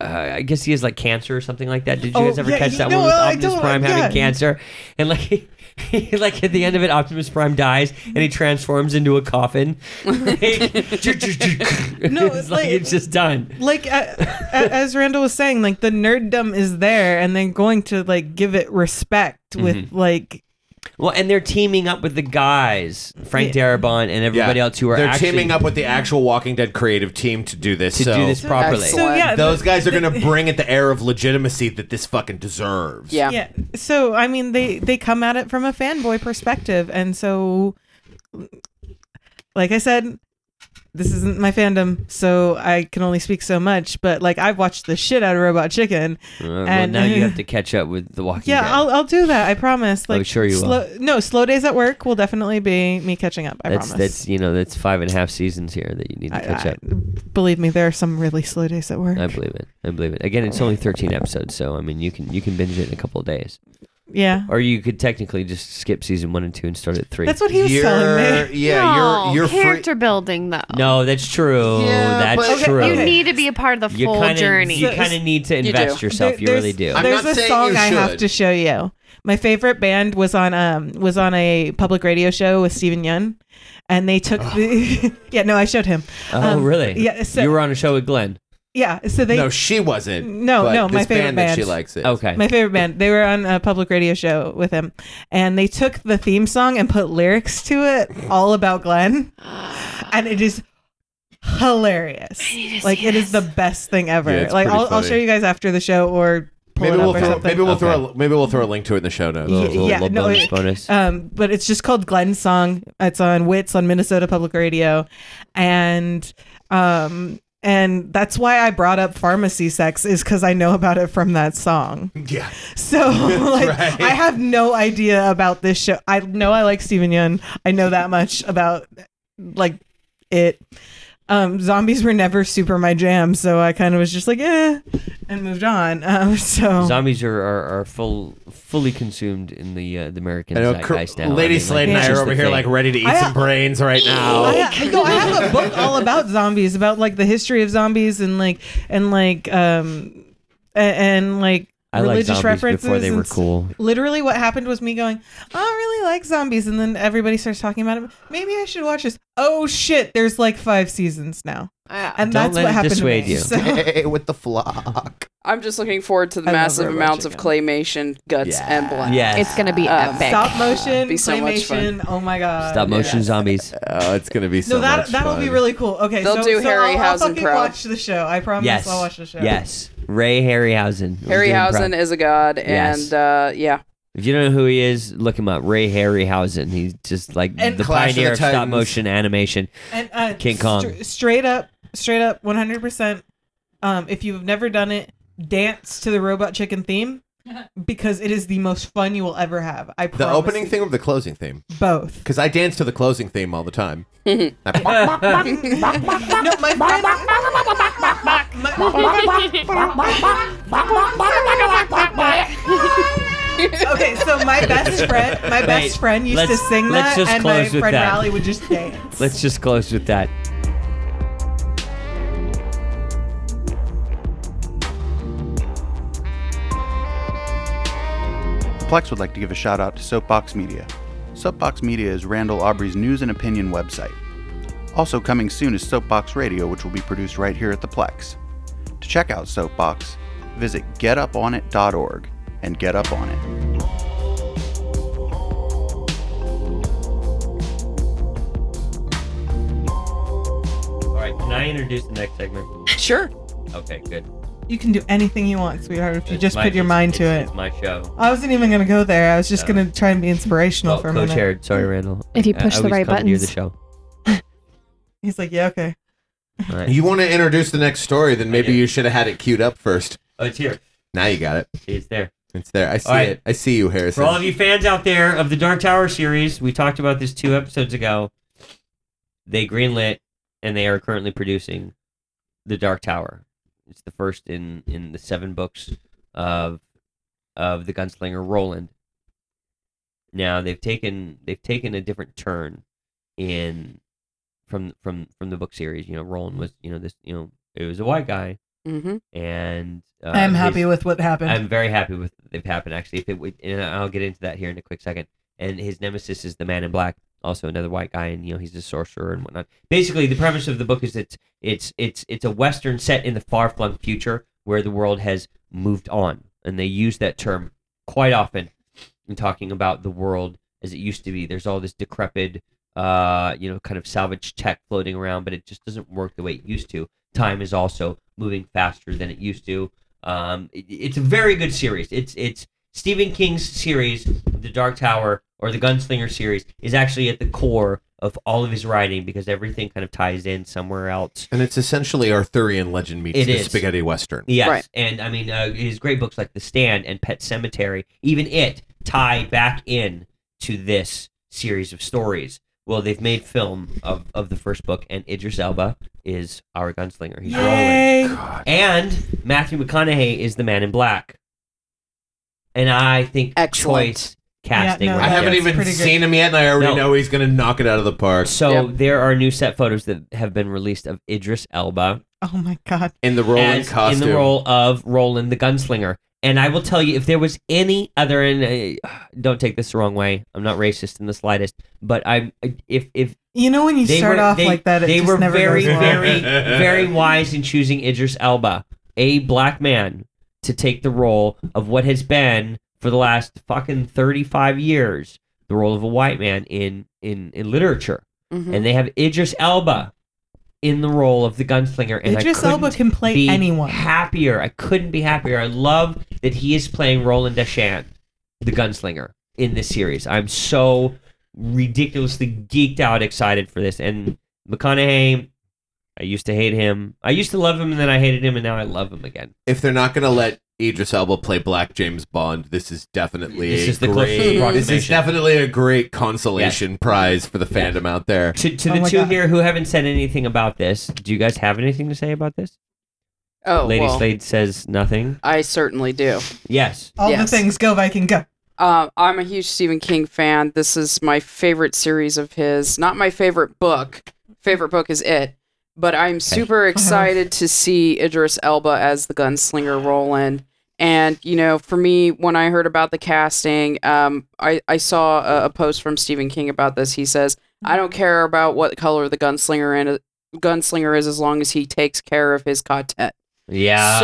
[SPEAKER 2] uh, I guess he has like cancer or something like that. Did you
[SPEAKER 11] Oh,
[SPEAKER 2] guys ever
[SPEAKER 11] yeah,
[SPEAKER 2] catch
[SPEAKER 11] you
[SPEAKER 2] that
[SPEAKER 11] know
[SPEAKER 2] one with
[SPEAKER 11] what? I
[SPEAKER 2] Optimus
[SPEAKER 11] don't-
[SPEAKER 2] Prime having
[SPEAKER 11] yeah.
[SPEAKER 2] cancer? And like, like at the end of it, Optimus Prime dies and he transforms into a coffin. no, it's
[SPEAKER 11] it's
[SPEAKER 2] like
[SPEAKER 11] like-
[SPEAKER 2] it's just done.
[SPEAKER 11] Like uh, a- as Randall was saying, like the nerddom is there, and they're going to like give it respect
[SPEAKER 2] Mm-hmm.
[SPEAKER 11] with like
[SPEAKER 2] Well, and they're teaming up with the guys, Frank Darabont and everybody else who are
[SPEAKER 1] They're
[SPEAKER 2] actually
[SPEAKER 1] teaming up with the actual Walking Dead creative team to do this.
[SPEAKER 2] to
[SPEAKER 1] so
[SPEAKER 2] do this properly.
[SPEAKER 3] Excellent.
[SPEAKER 11] so. Yeah,
[SPEAKER 1] Those guys are going to bring it the air of legitimacy that this fucking deserves.
[SPEAKER 3] yeah.
[SPEAKER 11] yeah so i mean they they come at it from a fanboy perspective and so like i said this isn't my fandom, so I can only speak so much. But like, I've watched the shit out of Robot Chicken,
[SPEAKER 2] Uh, well,
[SPEAKER 11] and
[SPEAKER 2] now you have to catch up with The Walking
[SPEAKER 11] Yeah,
[SPEAKER 2] Dead.
[SPEAKER 11] I'll, I'll do that. I promise.
[SPEAKER 2] I'm
[SPEAKER 11] Like,
[SPEAKER 2] Oh, sure you will.
[SPEAKER 11] slow, No, slow days at work will definitely be me catching up. I
[SPEAKER 2] that's
[SPEAKER 11] promise.
[SPEAKER 2] that's you know that's five and a half seasons here that you need to
[SPEAKER 11] I-
[SPEAKER 2] catch
[SPEAKER 11] I-
[SPEAKER 2] up.
[SPEAKER 11] Believe me, there are some really slow days at work.
[SPEAKER 2] I believe it. I believe it. Again, it's only 13 episodes, so I mean you can you can binge it in a couple of days.
[SPEAKER 11] Yeah.
[SPEAKER 2] Or you could technically just skip season one and two and start at three.
[SPEAKER 11] That's what he was telling me.
[SPEAKER 4] No, character building though.
[SPEAKER 2] No, that's true.
[SPEAKER 4] Yeah,
[SPEAKER 2] that's
[SPEAKER 4] but- Okay,
[SPEAKER 2] true.
[SPEAKER 4] You need to be a part of the
[SPEAKER 2] You
[SPEAKER 4] full
[SPEAKER 2] kinda-
[SPEAKER 4] journey.
[SPEAKER 2] You kind of need to invest yourself.
[SPEAKER 11] There-
[SPEAKER 2] you really do.
[SPEAKER 11] there's- There's a song I have to show you. My favorite band was on um was on a public radio show with Stephen Yun, and they took the yeah no I showed him.
[SPEAKER 2] Oh,
[SPEAKER 11] Um,
[SPEAKER 2] really?
[SPEAKER 11] Yeah. So,
[SPEAKER 2] you were on a show with Glenn.
[SPEAKER 11] yeah. So they
[SPEAKER 1] no, she wasn't.
[SPEAKER 11] No,
[SPEAKER 1] but
[SPEAKER 11] no,
[SPEAKER 1] this
[SPEAKER 11] my favorite
[SPEAKER 1] band, that she
[SPEAKER 11] band.
[SPEAKER 1] likes it.
[SPEAKER 2] Okay.
[SPEAKER 11] My favorite band. They were on a public radio show with him, and they took the theme song and put lyrics to it all about Glenn, and it is hilarious. like it is the best thing ever.
[SPEAKER 1] Yeah, it's
[SPEAKER 11] like
[SPEAKER 1] pretty
[SPEAKER 11] I'll, I'll
[SPEAKER 1] funny.
[SPEAKER 11] show you guys after the show or pull
[SPEAKER 1] Maybe
[SPEAKER 11] it up
[SPEAKER 1] we'll
[SPEAKER 11] or
[SPEAKER 1] throw,
[SPEAKER 11] something.
[SPEAKER 1] maybe we'll
[SPEAKER 2] Okay.
[SPEAKER 1] throw a, maybe we'll throw a link to it in the show notes.
[SPEAKER 2] Little- little-
[SPEAKER 11] yeah,
[SPEAKER 2] little
[SPEAKER 11] no,
[SPEAKER 2] bonus,
[SPEAKER 11] it-
[SPEAKER 2] bonus.
[SPEAKER 11] Um, but it's just called Glenn Song. It's on Wits on Minnesota Public Radio, and um, and that's why I brought up pharmacy sex is because I know about it from that song.
[SPEAKER 1] Yeah.
[SPEAKER 11] So like, I have no idea about this show. I know I like Steven Yeun. I know that much about like it. Um, zombies were never super my jam, so I kind of was just like, eh, and moved on. Um, so
[SPEAKER 2] Zombies are, are, are full fully consumed in the uh, the American
[SPEAKER 1] I know, Cor-
[SPEAKER 2] zeitgeist now.
[SPEAKER 1] Lady
[SPEAKER 2] I mean,
[SPEAKER 1] Slade
[SPEAKER 2] it's
[SPEAKER 1] and I
[SPEAKER 2] just
[SPEAKER 1] are over
[SPEAKER 2] the
[SPEAKER 1] here
[SPEAKER 2] thing.
[SPEAKER 1] like ready to eat
[SPEAKER 11] I-
[SPEAKER 1] some brains right now.
[SPEAKER 11] I, no, I have a book all about zombies, about like the history of zombies and like and like um a- and like
[SPEAKER 2] I liked
[SPEAKER 11] religious
[SPEAKER 2] zombies
[SPEAKER 11] references.
[SPEAKER 2] before they
[SPEAKER 11] and
[SPEAKER 2] were
[SPEAKER 11] s-
[SPEAKER 2] cool.
[SPEAKER 11] Literally, what happened was me going, I don't really like zombies, and then everybody starts talking about it. Maybe I should watch this. Oh shit! There's like five seasons now, and
[SPEAKER 2] Don't
[SPEAKER 11] that's
[SPEAKER 2] let
[SPEAKER 11] what
[SPEAKER 2] it
[SPEAKER 11] happened
[SPEAKER 2] dissuade
[SPEAKER 11] to me.
[SPEAKER 2] you.
[SPEAKER 11] So-
[SPEAKER 10] Stay with the flock.
[SPEAKER 3] I'm just looking forward to the
[SPEAKER 11] I love
[SPEAKER 3] massive
[SPEAKER 11] Robot
[SPEAKER 3] amounts of
[SPEAKER 11] Chicken.
[SPEAKER 3] claymation, guts, and blood.
[SPEAKER 2] Yes.
[SPEAKER 4] It's gonna be
[SPEAKER 2] Uh,
[SPEAKER 3] Um,
[SPEAKER 4] epic.
[SPEAKER 11] Stop motion,
[SPEAKER 3] Be so much
[SPEAKER 11] claymation. oh my god!
[SPEAKER 2] Stop motion
[SPEAKER 11] Yes.
[SPEAKER 2] zombies.
[SPEAKER 1] Oh, it's gonna be so
[SPEAKER 11] no, that
[SPEAKER 1] much
[SPEAKER 11] that'll
[SPEAKER 1] fun.
[SPEAKER 11] be really cool. Okay,
[SPEAKER 3] They'll
[SPEAKER 11] so,
[SPEAKER 3] do
[SPEAKER 11] so
[SPEAKER 3] Harryhausen
[SPEAKER 11] I'll, I'll fucking
[SPEAKER 3] Pro.
[SPEAKER 11] watch the show. I promise
[SPEAKER 2] Yes.
[SPEAKER 11] I'll watch the show.
[SPEAKER 2] Yes. Ray Harryhausen. was doing
[SPEAKER 3] Harryhausen
[SPEAKER 2] pro-
[SPEAKER 3] is a god,
[SPEAKER 2] Yes.
[SPEAKER 3] and uh, yeah,
[SPEAKER 2] If you don't know who he is, look him up. Ray Harryhausen. He's just like
[SPEAKER 11] And
[SPEAKER 2] the
[SPEAKER 1] Clash of the
[SPEAKER 2] pioneer of stop
[SPEAKER 1] Titans.
[SPEAKER 2] motion animation.
[SPEAKER 11] And uh,
[SPEAKER 2] King Kong.
[SPEAKER 11] stra- straight up, straight up, one hundred percent. Um, if you've never done it, dance to the Robot Chicken theme because it is the most fun you will ever have. I
[SPEAKER 1] the
[SPEAKER 11] promise
[SPEAKER 1] opening
[SPEAKER 11] you.
[SPEAKER 1] theme or the closing theme?
[SPEAKER 11] both.
[SPEAKER 1] Because I dance to the closing theme all the time.
[SPEAKER 11] No, my okay, so my best friend, my
[SPEAKER 2] Wait,
[SPEAKER 11] best friend used to
[SPEAKER 2] let's-
[SPEAKER 11] sing
[SPEAKER 2] let's
[SPEAKER 11] that,
[SPEAKER 2] just
[SPEAKER 11] and my
[SPEAKER 2] close with
[SPEAKER 11] friend
[SPEAKER 2] that.
[SPEAKER 11] Rally would just dance.
[SPEAKER 2] Let's just close with that.
[SPEAKER 9] Plex would like to give a shout out to Soapbox Media. Soapbox Media is Randall Aubrey's news and opinion website. Also coming soon is Soapbox Radio, which will be produced right here at the Plex. To check out Soapbox, visit getuponit.org and get up on it.
[SPEAKER 2] All right, can I introduce the next segment?
[SPEAKER 3] sure.
[SPEAKER 2] Okay, good.
[SPEAKER 11] You can do anything you want, sweetheart, if you
[SPEAKER 2] It's
[SPEAKER 11] just
[SPEAKER 2] my-
[SPEAKER 11] put your mind to
[SPEAKER 2] it's-
[SPEAKER 11] it.
[SPEAKER 2] It's my show.
[SPEAKER 11] I wasn't even gonna go there. I was just
[SPEAKER 2] Uh,
[SPEAKER 11] gonna try and be inspirational
[SPEAKER 2] Well,
[SPEAKER 11] for a minute.
[SPEAKER 2] co-chaired. Sorry, Randall.
[SPEAKER 4] If you
[SPEAKER 2] I- I
[SPEAKER 4] push the
[SPEAKER 2] always
[SPEAKER 4] right
[SPEAKER 2] commandeer the
[SPEAKER 4] buttons.
[SPEAKER 2] show.
[SPEAKER 11] He's like, yeah, okay.
[SPEAKER 2] All right.
[SPEAKER 1] You want to introduce the next story? Then maybe
[SPEAKER 2] did.
[SPEAKER 1] you should have had it queued up first.
[SPEAKER 2] Oh, it's here.
[SPEAKER 1] Now you got it.
[SPEAKER 2] It's there.
[SPEAKER 1] It's there. I see
[SPEAKER 2] right.
[SPEAKER 1] it. I see you, Harrison.
[SPEAKER 2] For all of you fans out there of the Dark Tower series, we talked about this two episodes ago. They greenlit and they are currently producing the Dark Tower. It's the first in in the seven books of of the gunslinger Roland. Now they've taken they've taken a different turn in from from from the book series. You know, Roland was you know this you know it was a white guy
[SPEAKER 3] Mm-hmm.
[SPEAKER 2] and uh,
[SPEAKER 11] I'm happy
[SPEAKER 2] his-
[SPEAKER 11] with what happened.
[SPEAKER 2] I'm very happy with they've happened actually. If it would, and I'll get into that here in a quick second. And his nemesis is the Man in Black, also another white guy, and you know he's a sorcerer and whatnot. Basically, the premise of the book is it's it's it's it's a western set in the far flung future where the world has moved on, and they use that term quite often in talking about the world as it used to be. There's all this decrepit, uh, you know, kind of salvage tech floating around, but it just doesn't work the way it used to. Time is also moving faster than it used to. Um, it- it's a very good series. It's it's Stephen King's series, The Dark Tower or the Gunslinger series, is actually at the core of all of his writing because everything kind of ties in somewhere else.
[SPEAKER 1] And it's essentially Arthurian legend meets
[SPEAKER 2] It
[SPEAKER 1] the
[SPEAKER 2] is.
[SPEAKER 1] spaghetti western.
[SPEAKER 2] Yes,
[SPEAKER 3] Right.
[SPEAKER 2] and I mean uh, his great books like The Stand and Pet Cemetery, even it tie back in to this series of stories. Well, they've made film of, of the first book, and Idris Elba is our gunslinger. He's rolling,
[SPEAKER 11] Yay!
[SPEAKER 2] and Matthew McConaughey is the Man in Black. And I think
[SPEAKER 3] Excellent.
[SPEAKER 2] choice casting.
[SPEAKER 11] no,
[SPEAKER 2] right
[SPEAKER 1] I haven't
[SPEAKER 2] there.
[SPEAKER 11] It's
[SPEAKER 1] even
[SPEAKER 11] pretty good.
[SPEAKER 1] seen him yet, and I already
[SPEAKER 2] No.
[SPEAKER 1] know he's going to knock it out of the park
[SPEAKER 2] So
[SPEAKER 3] Yep.
[SPEAKER 2] there are new set photos that have been released of Idris Elba
[SPEAKER 11] Oh my god.
[SPEAKER 1] in the rolling
[SPEAKER 2] as
[SPEAKER 1] costume.
[SPEAKER 2] in the role of Roland the gunslinger. And I will tell you, if there was any other, and uh, don't take this the wrong way, I'm not racist in the slightest, but I, if if
[SPEAKER 11] You know when you
[SPEAKER 2] they
[SPEAKER 11] start
[SPEAKER 2] were,
[SPEAKER 11] off
[SPEAKER 2] they,
[SPEAKER 11] like that, it
[SPEAKER 2] they
[SPEAKER 11] just
[SPEAKER 2] were
[SPEAKER 11] never
[SPEAKER 2] very,
[SPEAKER 11] goes well.
[SPEAKER 2] very, very wise in choosing Idris Elba, a black man, to take the role of what has been for the last fucking 35 years the role of a white man in in in literature,
[SPEAKER 3] Mhm.
[SPEAKER 2] and they have Idris Elba in the role of the gunslinger, and I
[SPEAKER 11] Idris
[SPEAKER 2] couldn't
[SPEAKER 11] Elba can play
[SPEAKER 2] be
[SPEAKER 11] anyone.
[SPEAKER 2] happier. I couldn't be happier. I love that he is playing Roland Deschamps, the gunslinger, in this series. I'm so ridiculously geeked out, excited for this. And McConaughey, I used to hate him. I used to love him, and then I hated him, and now I love him again.
[SPEAKER 1] if they're not going to let Idris Elba play Black James Bond, this is definitely
[SPEAKER 2] This
[SPEAKER 1] a
[SPEAKER 2] is the closest
[SPEAKER 1] great. This is
[SPEAKER 2] approximation.
[SPEAKER 1] definitely a great consolation prize for the fandom out there.
[SPEAKER 2] To, to
[SPEAKER 11] Oh
[SPEAKER 2] the
[SPEAKER 11] my
[SPEAKER 2] two
[SPEAKER 11] God.
[SPEAKER 2] here who haven't said anything about this, do you guys have anything to say about this?
[SPEAKER 3] Oh,
[SPEAKER 2] Lady
[SPEAKER 3] well,
[SPEAKER 2] Slade says nothing.
[SPEAKER 3] I certainly do.
[SPEAKER 2] Yes.
[SPEAKER 11] All
[SPEAKER 3] Yes.
[SPEAKER 11] the things go Viking go.
[SPEAKER 3] Um, I'm a huge Stephen King fan. This is my favorite series of his. Not my favorite book. Favorite book is It. But I'm super excited to see Idris Elba as the gunslinger Roland. And you know, for me, when I heard about the casting, um, I I saw a, a post from Stephen King about this. He says, "I don't care about what color the gunslinger and gunslinger is, as long as he takes care of his quartet."
[SPEAKER 2] Yeah.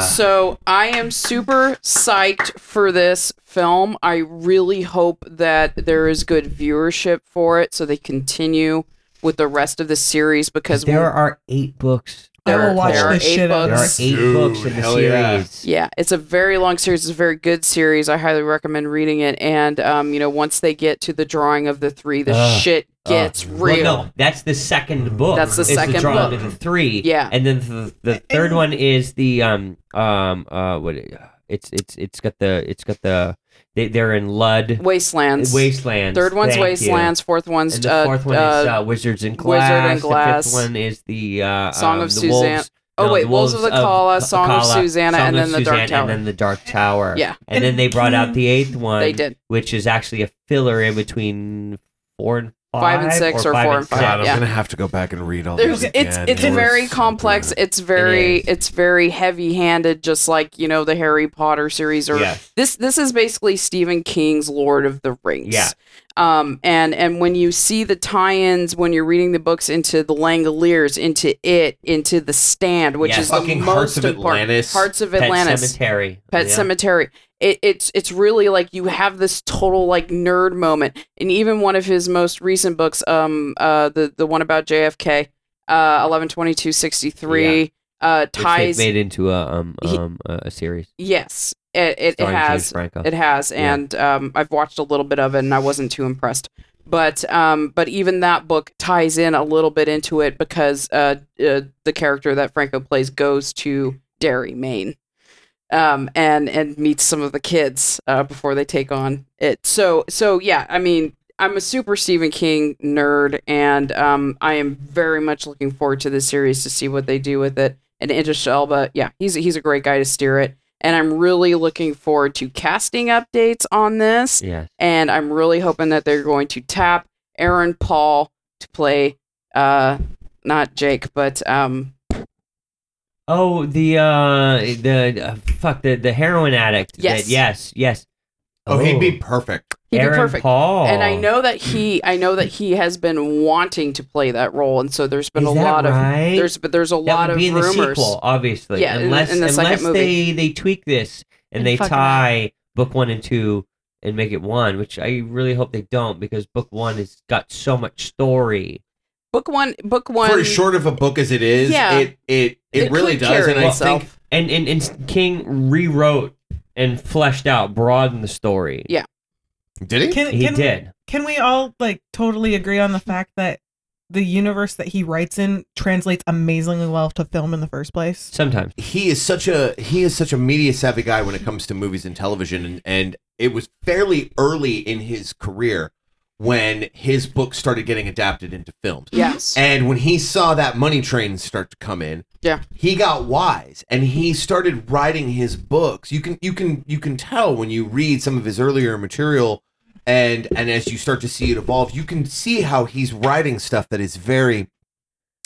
[SPEAKER 3] So I am super psyched for this film. I really hope that there is good viewership for it so they continue with the rest of the series because
[SPEAKER 2] there are eight books.
[SPEAKER 11] I will watch
[SPEAKER 3] There are
[SPEAKER 11] the
[SPEAKER 3] eight
[SPEAKER 11] shit out
[SPEAKER 2] There
[SPEAKER 11] of
[SPEAKER 2] are
[SPEAKER 11] this.
[SPEAKER 2] eight
[SPEAKER 1] Dude,
[SPEAKER 2] books in the
[SPEAKER 1] hell
[SPEAKER 2] series.
[SPEAKER 1] yeah.
[SPEAKER 3] yeah, it's a very long series. It's a very good series. I highly recommend reading it. And um, you know, once they get to the drawing of the three, the
[SPEAKER 2] Ugh.
[SPEAKER 3] shit gets
[SPEAKER 2] Uh,
[SPEAKER 3] real.
[SPEAKER 2] Well, no, that's the second book.
[SPEAKER 3] That's the
[SPEAKER 2] It's
[SPEAKER 3] second
[SPEAKER 2] drawing of
[SPEAKER 3] book.
[SPEAKER 2] the three.
[SPEAKER 3] Yeah.
[SPEAKER 2] and then the, the third one is the um um uh what it's it's it's got the it's got the they they're in Lud
[SPEAKER 3] Wastelands.
[SPEAKER 2] wastelands.
[SPEAKER 3] Third one's
[SPEAKER 2] Thank you.
[SPEAKER 3] Wastelands. Fourth one's
[SPEAKER 2] And the
[SPEAKER 3] uh,
[SPEAKER 2] fourth one is
[SPEAKER 3] uh,
[SPEAKER 2] uh, Wizards and
[SPEAKER 3] Wizard
[SPEAKER 2] Glass.
[SPEAKER 3] and
[SPEAKER 2] The
[SPEAKER 3] Glass.
[SPEAKER 2] fifth one is the uh,
[SPEAKER 3] Song
[SPEAKER 2] um,
[SPEAKER 3] of
[SPEAKER 2] the
[SPEAKER 3] Suzanne-
[SPEAKER 2] Wolves-
[SPEAKER 3] Oh,
[SPEAKER 2] no,
[SPEAKER 3] wait,
[SPEAKER 2] the
[SPEAKER 3] Wolves of the Kala, Song of Susanna,
[SPEAKER 2] uh, Song
[SPEAKER 3] and
[SPEAKER 2] of
[SPEAKER 3] then the Dark
[SPEAKER 2] Suzanne,
[SPEAKER 3] Tower.
[SPEAKER 2] and then the Dark Tower.
[SPEAKER 3] Yeah.
[SPEAKER 2] and then they brought out the eighth one.
[SPEAKER 3] they did.
[SPEAKER 2] which is actually a filler in between four and five,
[SPEAKER 3] Five and six or
[SPEAKER 2] five
[SPEAKER 3] four and five,
[SPEAKER 2] seven.
[SPEAKER 1] God, I'm
[SPEAKER 3] yeah.
[SPEAKER 1] gonna have to go back and read all
[SPEAKER 3] There's
[SPEAKER 1] these
[SPEAKER 3] it's
[SPEAKER 1] again.
[SPEAKER 3] it's
[SPEAKER 1] They were
[SPEAKER 3] very
[SPEAKER 1] so
[SPEAKER 3] complex.
[SPEAKER 1] good.
[SPEAKER 3] It's very
[SPEAKER 2] is.
[SPEAKER 3] it's very heavy-handed just like, you know, the Harry Potter series or
[SPEAKER 2] Yes.
[SPEAKER 3] this this is basically Stephen King's Lord of the Rings.
[SPEAKER 2] Yeah.
[SPEAKER 3] Um and and when you see the tie-ins when you're reading the books into the Langoliers, into it, into the Stand, which
[SPEAKER 2] Yeah,
[SPEAKER 3] is the
[SPEAKER 1] fucking
[SPEAKER 3] most
[SPEAKER 1] Hearts of
[SPEAKER 3] important-
[SPEAKER 1] Atlantis.
[SPEAKER 3] Hearts of Atlantis.
[SPEAKER 2] Pet Cemetery.
[SPEAKER 3] Pet
[SPEAKER 2] Yeah.
[SPEAKER 3] Cemetery. It, it's it's really like you have this total like nerd moment, and even one of his most recent books, um, uh, the the one about JFK, uh, eleven twenty two sixty three, uh,
[SPEAKER 2] Which they've
[SPEAKER 3] ties.
[SPEAKER 2] made into a um
[SPEAKER 3] He-
[SPEAKER 2] um a a series.
[SPEAKER 3] Yes, it it, it
[SPEAKER 2] starring James
[SPEAKER 3] has
[SPEAKER 2] Franco.
[SPEAKER 3] it has,
[SPEAKER 2] Yeah.
[SPEAKER 3] and um, I've watched a little bit of it, and I wasn't too impressed. But um, but even that book ties in a little bit into it because uh, uh the character that Franco plays goes to Derry, Maine, um, and and meets some of the kids uh, before they take on it. So so yeah, I mean. I'm a super Stephen King nerd, and um, I am very much looking forward to this series to see what they do with it. And Idris Elba, yeah, he's he's a great guy to steer it and I'm really looking forward to casting updates on this.
[SPEAKER 2] yeah.
[SPEAKER 3] And I'm really hoping that they're going to tap Aaron Paul to play, uh, not Jake, but um,
[SPEAKER 2] Oh, the uh the uh, fuck the the heroin addict. that-
[SPEAKER 3] Yes.
[SPEAKER 2] yes. Yes.
[SPEAKER 1] Oh, he'd be perfect.
[SPEAKER 3] he'd
[SPEAKER 2] Aaron
[SPEAKER 3] be perfect.
[SPEAKER 2] Paul.
[SPEAKER 3] And I know that he, I know that he has been wanting to play that role, and so there's been
[SPEAKER 2] Is
[SPEAKER 3] a
[SPEAKER 2] that
[SPEAKER 3] lot
[SPEAKER 2] right?
[SPEAKER 3] of there's, but there's a
[SPEAKER 2] that
[SPEAKER 3] lot
[SPEAKER 2] would
[SPEAKER 3] of
[SPEAKER 2] be in
[SPEAKER 3] rumors.
[SPEAKER 2] the sequel, obviously.
[SPEAKER 3] Yeah, in the-
[SPEAKER 2] unless
[SPEAKER 3] in the second
[SPEAKER 2] unless they
[SPEAKER 3] movie.
[SPEAKER 2] they tweak this and,
[SPEAKER 4] And
[SPEAKER 2] they
[SPEAKER 4] fuck it up.
[SPEAKER 2] tie book one and two and make it one, which I really hope they don't because book one has got so much story.
[SPEAKER 3] Book one, book one.
[SPEAKER 1] For as short of a book as it is,
[SPEAKER 3] Yeah.
[SPEAKER 1] it it it,
[SPEAKER 3] It
[SPEAKER 1] really
[SPEAKER 3] could
[SPEAKER 1] does,
[SPEAKER 3] carry
[SPEAKER 1] and I
[SPEAKER 3] itself.
[SPEAKER 1] think
[SPEAKER 2] and and, and King rewrote and fleshed out, broadened the story.
[SPEAKER 3] Yeah.
[SPEAKER 1] Did he?
[SPEAKER 11] Can,
[SPEAKER 2] He
[SPEAKER 11] can,
[SPEAKER 2] did.
[SPEAKER 11] Can we all like totally agree on the fact that the universe that he writes in translates amazingly well to film in the first place?
[SPEAKER 2] Sometimes.
[SPEAKER 1] he is such a he is such a media savvy guy when it comes to movies and television and, and it was fairly early in his career when his book started getting adapted into films
[SPEAKER 3] Yes.
[SPEAKER 1] and when he saw that money train start to come in
[SPEAKER 3] Yeah.
[SPEAKER 1] he got wise and he started writing his books you can you can you can tell when you read some of his earlier material and and as you start to see it evolve you can see how he's writing stuff that is very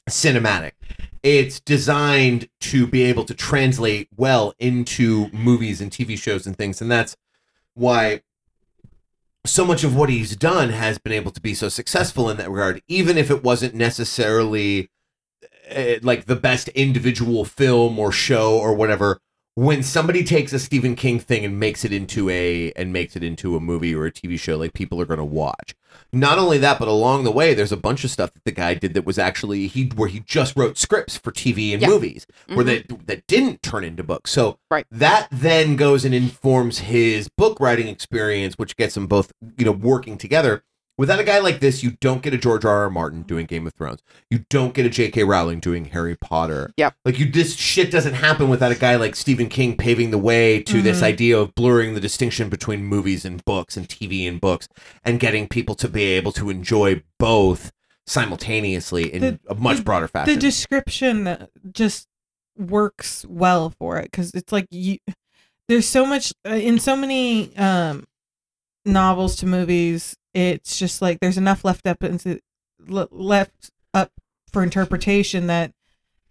[SPEAKER 1] cinematic it's designed to be able to translate well into movies and TV shows and things and that's why so much of what he's done has been able to be so successful in that regard even if it wasn't necessarily uh, like the best individual film or show or whatever when somebody takes a Stephen King thing and makes it into a and makes it into a movie or a TV show like people are going to watch not only that, but along the way, there's a bunch of stuff that the guy did that was actually he where he just wrote scripts for TV and
[SPEAKER 3] Yeah.
[SPEAKER 1] movies, where
[SPEAKER 3] Mhm.
[SPEAKER 1] that that didn't turn into books. So
[SPEAKER 3] Right.
[SPEAKER 1] that then goes and informs his book writing experience, which gets them both you know working together. Without a guy like this, you don't get a George R. R. Martin doing Game of Thrones. You don't get a J.K. Rowling doing Harry Potter.
[SPEAKER 3] Yep.
[SPEAKER 1] Like you, this shit doesn't happen without a guy like Stephen King paving the way to this
[SPEAKER 3] Mm-hmm.
[SPEAKER 11] Mhm.
[SPEAKER 1] idea of blurring the distinction between movies and books and TV and books and getting people to be able to enjoy both simultaneously in
[SPEAKER 11] The-
[SPEAKER 1] a much broader
[SPEAKER 11] the
[SPEAKER 1] fashion.
[SPEAKER 11] description just works well for it because it's like you there's so much uh, in so many um novels to movies it's just like there's enough left up into le- left up for interpretation that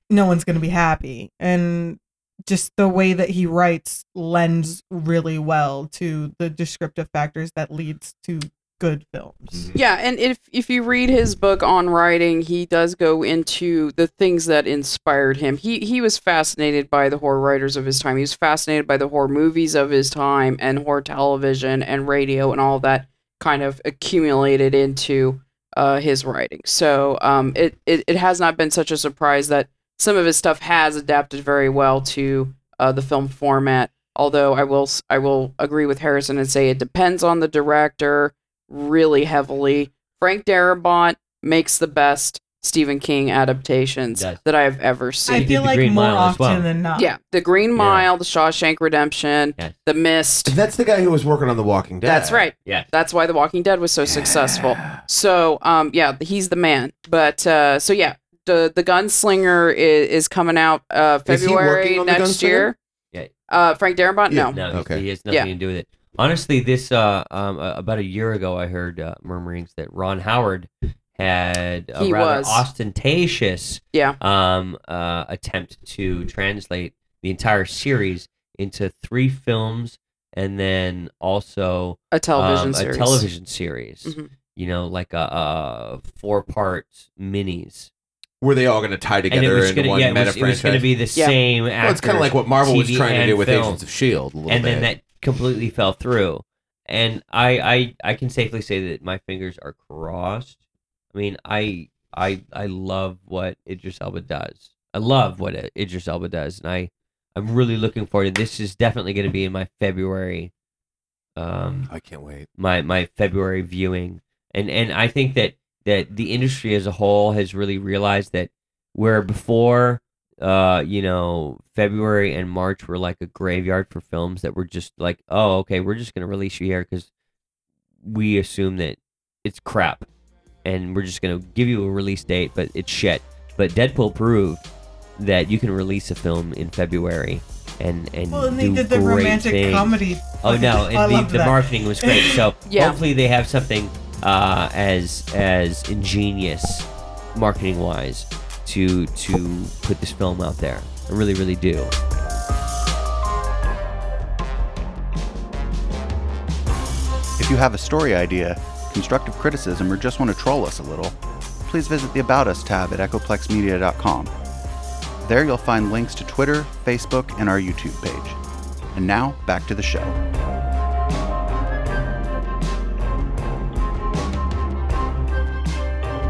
[SPEAKER 11] no one's going to be happy and just the way that he writes lends really well to the descriptive factors that leads to good films
[SPEAKER 2] Mm-hmm.
[SPEAKER 3] Yeah, and if if you read his book on writing, he does go into the things that inspired him. He he was fascinated by the horror writers of his time. He was fascinated by the horror movies of his time and horror television and radio and all that kind of accumulated into uh, his writing. So um, it, it it has not been such a surprise that some of his stuff has adapted very well to uh, the film format. Although I will s- I will agree with Harrison and say it depends on the director really heavily. Frank Darabont makes the best Stephen King adaptations
[SPEAKER 2] Does.
[SPEAKER 3] that I've ever
[SPEAKER 11] i
[SPEAKER 2] He
[SPEAKER 3] seen.
[SPEAKER 2] did
[SPEAKER 11] feel
[SPEAKER 2] The
[SPEAKER 11] like
[SPEAKER 2] Green
[SPEAKER 11] more
[SPEAKER 2] Mile as
[SPEAKER 11] often
[SPEAKER 2] well.
[SPEAKER 11] than not
[SPEAKER 3] yeah, The Green
[SPEAKER 2] Yeah.
[SPEAKER 3] Mile, The Shawshank Redemption,
[SPEAKER 2] Yeah.
[SPEAKER 3] The Mist.
[SPEAKER 1] That's the guy who was working on The Walking Dead.
[SPEAKER 3] That's right.
[SPEAKER 2] Yeah.
[SPEAKER 3] That's why The Walking Dead was so successful. So, um, yeah, he's the man. But uh, so yeah, the the Gunslinger is, is coming out uh,
[SPEAKER 1] Is he working
[SPEAKER 3] February
[SPEAKER 1] on The
[SPEAKER 3] next year.
[SPEAKER 2] Yeah.
[SPEAKER 3] Uh, Frank Darabont,
[SPEAKER 1] Yeah.
[SPEAKER 3] no.
[SPEAKER 2] No,
[SPEAKER 1] Okay.
[SPEAKER 2] okay. he has nothing
[SPEAKER 3] Yeah.
[SPEAKER 2] to do with it. Honestly, this uh, um, uh, about a year ago, I heard uh, murmurings that Ron Howard had a
[SPEAKER 3] He
[SPEAKER 2] rather
[SPEAKER 3] was.
[SPEAKER 2] ostentatious
[SPEAKER 3] Yeah.
[SPEAKER 2] um, uh, attempt to translate the entire series into three films and then also
[SPEAKER 3] A television
[SPEAKER 2] um,
[SPEAKER 3] series.
[SPEAKER 2] a television series.
[SPEAKER 3] Mhm.
[SPEAKER 2] You know, like a, a four part minis.
[SPEAKER 1] Were they all going to tie
[SPEAKER 2] and it
[SPEAKER 1] together
[SPEAKER 2] was
[SPEAKER 1] into
[SPEAKER 2] gonna,
[SPEAKER 1] one
[SPEAKER 2] yeah, it
[SPEAKER 1] meta
[SPEAKER 2] was, it was
[SPEAKER 1] franchise?
[SPEAKER 2] going to be the
[SPEAKER 3] Yeah.
[SPEAKER 2] same.
[SPEAKER 1] well, it's kind of
[SPEAKER 2] actors,
[SPEAKER 1] like what Marvel was
[SPEAKER 2] TV
[SPEAKER 1] trying to
[SPEAKER 2] and
[SPEAKER 1] do with
[SPEAKER 2] film
[SPEAKER 1] Agents of Shield. E A little
[SPEAKER 2] and
[SPEAKER 1] bit.
[SPEAKER 2] then that completely fell through. And I, I I can safely say that my fingers are crossed. I mean, I I I love what Idris Elba does. I love what I- Idris Elba does, and I I'm really looking forward to this. Is definitely going to be in my February, um,
[SPEAKER 1] I can't wait.
[SPEAKER 2] my my February viewing, and and I think that that the industry as a whole has really realized that where before uh you know february and march were like a graveyard for films that were just like oh okay we're just gonna release you here because we assume that it's crap and we're just gonna give you a release date but it's shit but deadpool proved that you can release a film in february and and
[SPEAKER 11] Well, and they
[SPEAKER 2] do
[SPEAKER 11] did the
[SPEAKER 2] great
[SPEAKER 11] romantic
[SPEAKER 2] things.
[SPEAKER 11] comedy.
[SPEAKER 2] Oh no!
[SPEAKER 11] I
[SPEAKER 2] And
[SPEAKER 11] love
[SPEAKER 2] the, the
[SPEAKER 11] that.
[SPEAKER 2] marketing was great. So
[SPEAKER 3] Yeah.
[SPEAKER 2] hopefully they have something uh, as as ingenious marketing wise to to put this film out there. I really, really do.
[SPEAKER 9] If you have a story idea, constructive criticism, or just want to troll us a little, please visit the About Us tab at echoplexmedia.com. There you'll find links to Twitter, Facebook, and our YouTube page. And now, back to the show.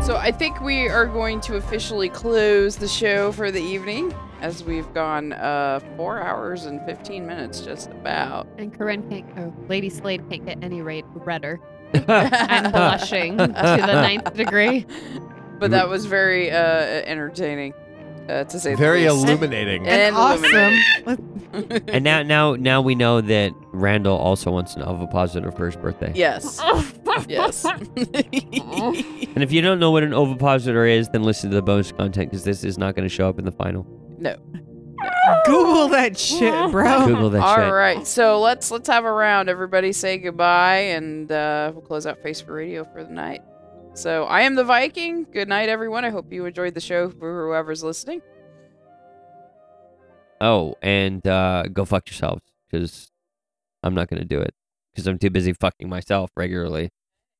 [SPEAKER 3] So I think we are going to officially close the show for the evening. as we've gone uh, four hours and 15 minutes, just about.
[SPEAKER 4] And Corinne can't, oh, Lady Slade can't get any rate redder. I'm blushing to the ninth degree.
[SPEAKER 3] But that was very uh, entertaining, uh, to say
[SPEAKER 1] Very
[SPEAKER 3] the least.
[SPEAKER 1] illuminating.
[SPEAKER 11] And
[SPEAKER 3] And
[SPEAKER 11] awesome.
[SPEAKER 3] illuminating.
[SPEAKER 2] and now, now, now we know that Randall also wants to have a positive first birthday.
[SPEAKER 3] Yes. Yes.
[SPEAKER 2] And if you don't know what an ovipositor is, then listen to the bonus content because this is not going to show up in the final.
[SPEAKER 11] Google that shit, bro.
[SPEAKER 2] Google that
[SPEAKER 3] All
[SPEAKER 2] shit.
[SPEAKER 3] right, so let's let's have a round. Everybody say goodbye, and uh, we'll close out Face for Radio for the night. So I am the Viking. Good night, everyone. I hope you enjoyed the show for whoever's listening.
[SPEAKER 2] Oh, and uh, go fuck yourselves because I'm not going to do it because I'm too busy fucking myself regularly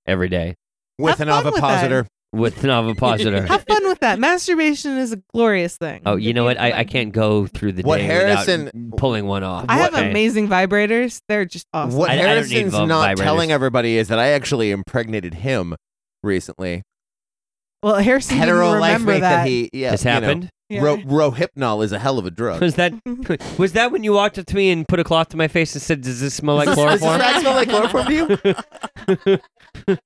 [SPEAKER 2] every day
[SPEAKER 1] With
[SPEAKER 11] Have
[SPEAKER 1] an
[SPEAKER 11] fun with that.
[SPEAKER 1] ovipositor.
[SPEAKER 2] with an ovipositor.
[SPEAKER 11] Have fun with that. Masturbation is a glorious thing.
[SPEAKER 2] Oh, you know what? I, I can't go through the
[SPEAKER 1] What
[SPEAKER 2] day
[SPEAKER 1] Harrison-
[SPEAKER 2] without pulling one off.
[SPEAKER 11] I have
[SPEAKER 2] okay?
[SPEAKER 11] amazing vibrators. They're just awesome.
[SPEAKER 1] What
[SPEAKER 2] I- I don't need
[SPEAKER 1] Harrison's
[SPEAKER 2] vib-
[SPEAKER 1] not
[SPEAKER 2] vibrators.
[SPEAKER 1] telling everybody is that I actually impregnated him recently.
[SPEAKER 11] Well, Harrison didn't
[SPEAKER 1] Hetero life
[SPEAKER 11] remember
[SPEAKER 1] mate
[SPEAKER 11] that.
[SPEAKER 1] that he yeah,
[SPEAKER 2] This
[SPEAKER 1] you know,
[SPEAKER 2] happened.
[SPEAKER 11] Yeah.
[SPEAKER 1] Ro- Rohypnol is a hell of a drug.
[SPEAKER 2] Was that was that when you walked up to me and put a cloth to my face and said, "Does this smell like
[SPEAKER 1] Does
[SPEAKER 2] chloroform?"
[SPEAKER 1] that smell like chloroform to you?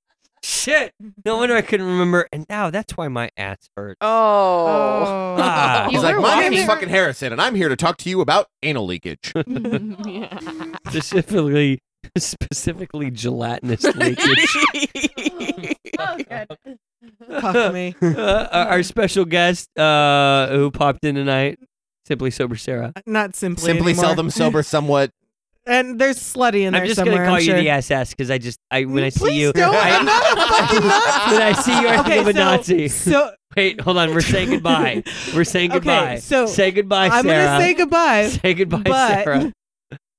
[SPEAKER 2] Shit! No wonder I couldn't remember. And now that's why my ass hurts.
[SPEAKER 3] Oh,
[SPEAKER 2] Ah.
[SPEAKER 4] You
[SPEAKER 1] He's like,
[SPEAKER 4] were
[SPEAKER 1] my name is
[SPEAKER 4] walking-
[SPEAKER 1] fucking Harrison, and I'm here to talk to you about anal leakage.
[SPEAKER 2] specifically specifically gelatinous leakage.
[SPEAKER 11] Fuck me.
[SPEAKER 2] Uh, our, our special guest uh, who popped in tonight, simply sober Sarah.
[SPEAKER 11] Not simply.
[SPEAKER 1] Simply
[SPEAKER 11] anymore.
[SPEAKER 1] seldom sober, somewhat.
[SPEAKER 11] And there's slutty in there
[SPEAKER 2] I'm just
[SPEAKER 11] somewhere.
[SPEAKER 2] gonna call
[SPEAKER 11] I'm
[SPEAKER 2] you
[SPEAKER 11] sure.
[SPEAKER 2] the SS because I just I when I see
[SPEAKER 11] Please
[SPEAKER 2] you.
[SPEAKER 11] don't.
[SPEAKER 2] I,
[SPEAKER 11] I'm not a fucking Nazi.
[SPEAKER 2] when I see you, I think
[SPEAKER 11] Okay,
[SPEAKER 2] I'm a
[SPEAKER 11] so-
[SPEAKER 2] Nazi.
[SPEAKER 11] So
[SPEAKER 2] Wait, hold on. We're saying goodbye. We're saying
[SPEAKER 11] Okay,
[SPEAKER 2] goodbye.
[SPEAKER 11] so
[SPEAKER 2] say goodbye,
[SPEAKER 11] I'm
[SPEAKER 2] Sarah.
[SPEAKER 11] gonna say goodbye.
[SPEAKER 2] Say goodbye,
[SPEAKER 11] but
[SPEAKER 2] Sarah.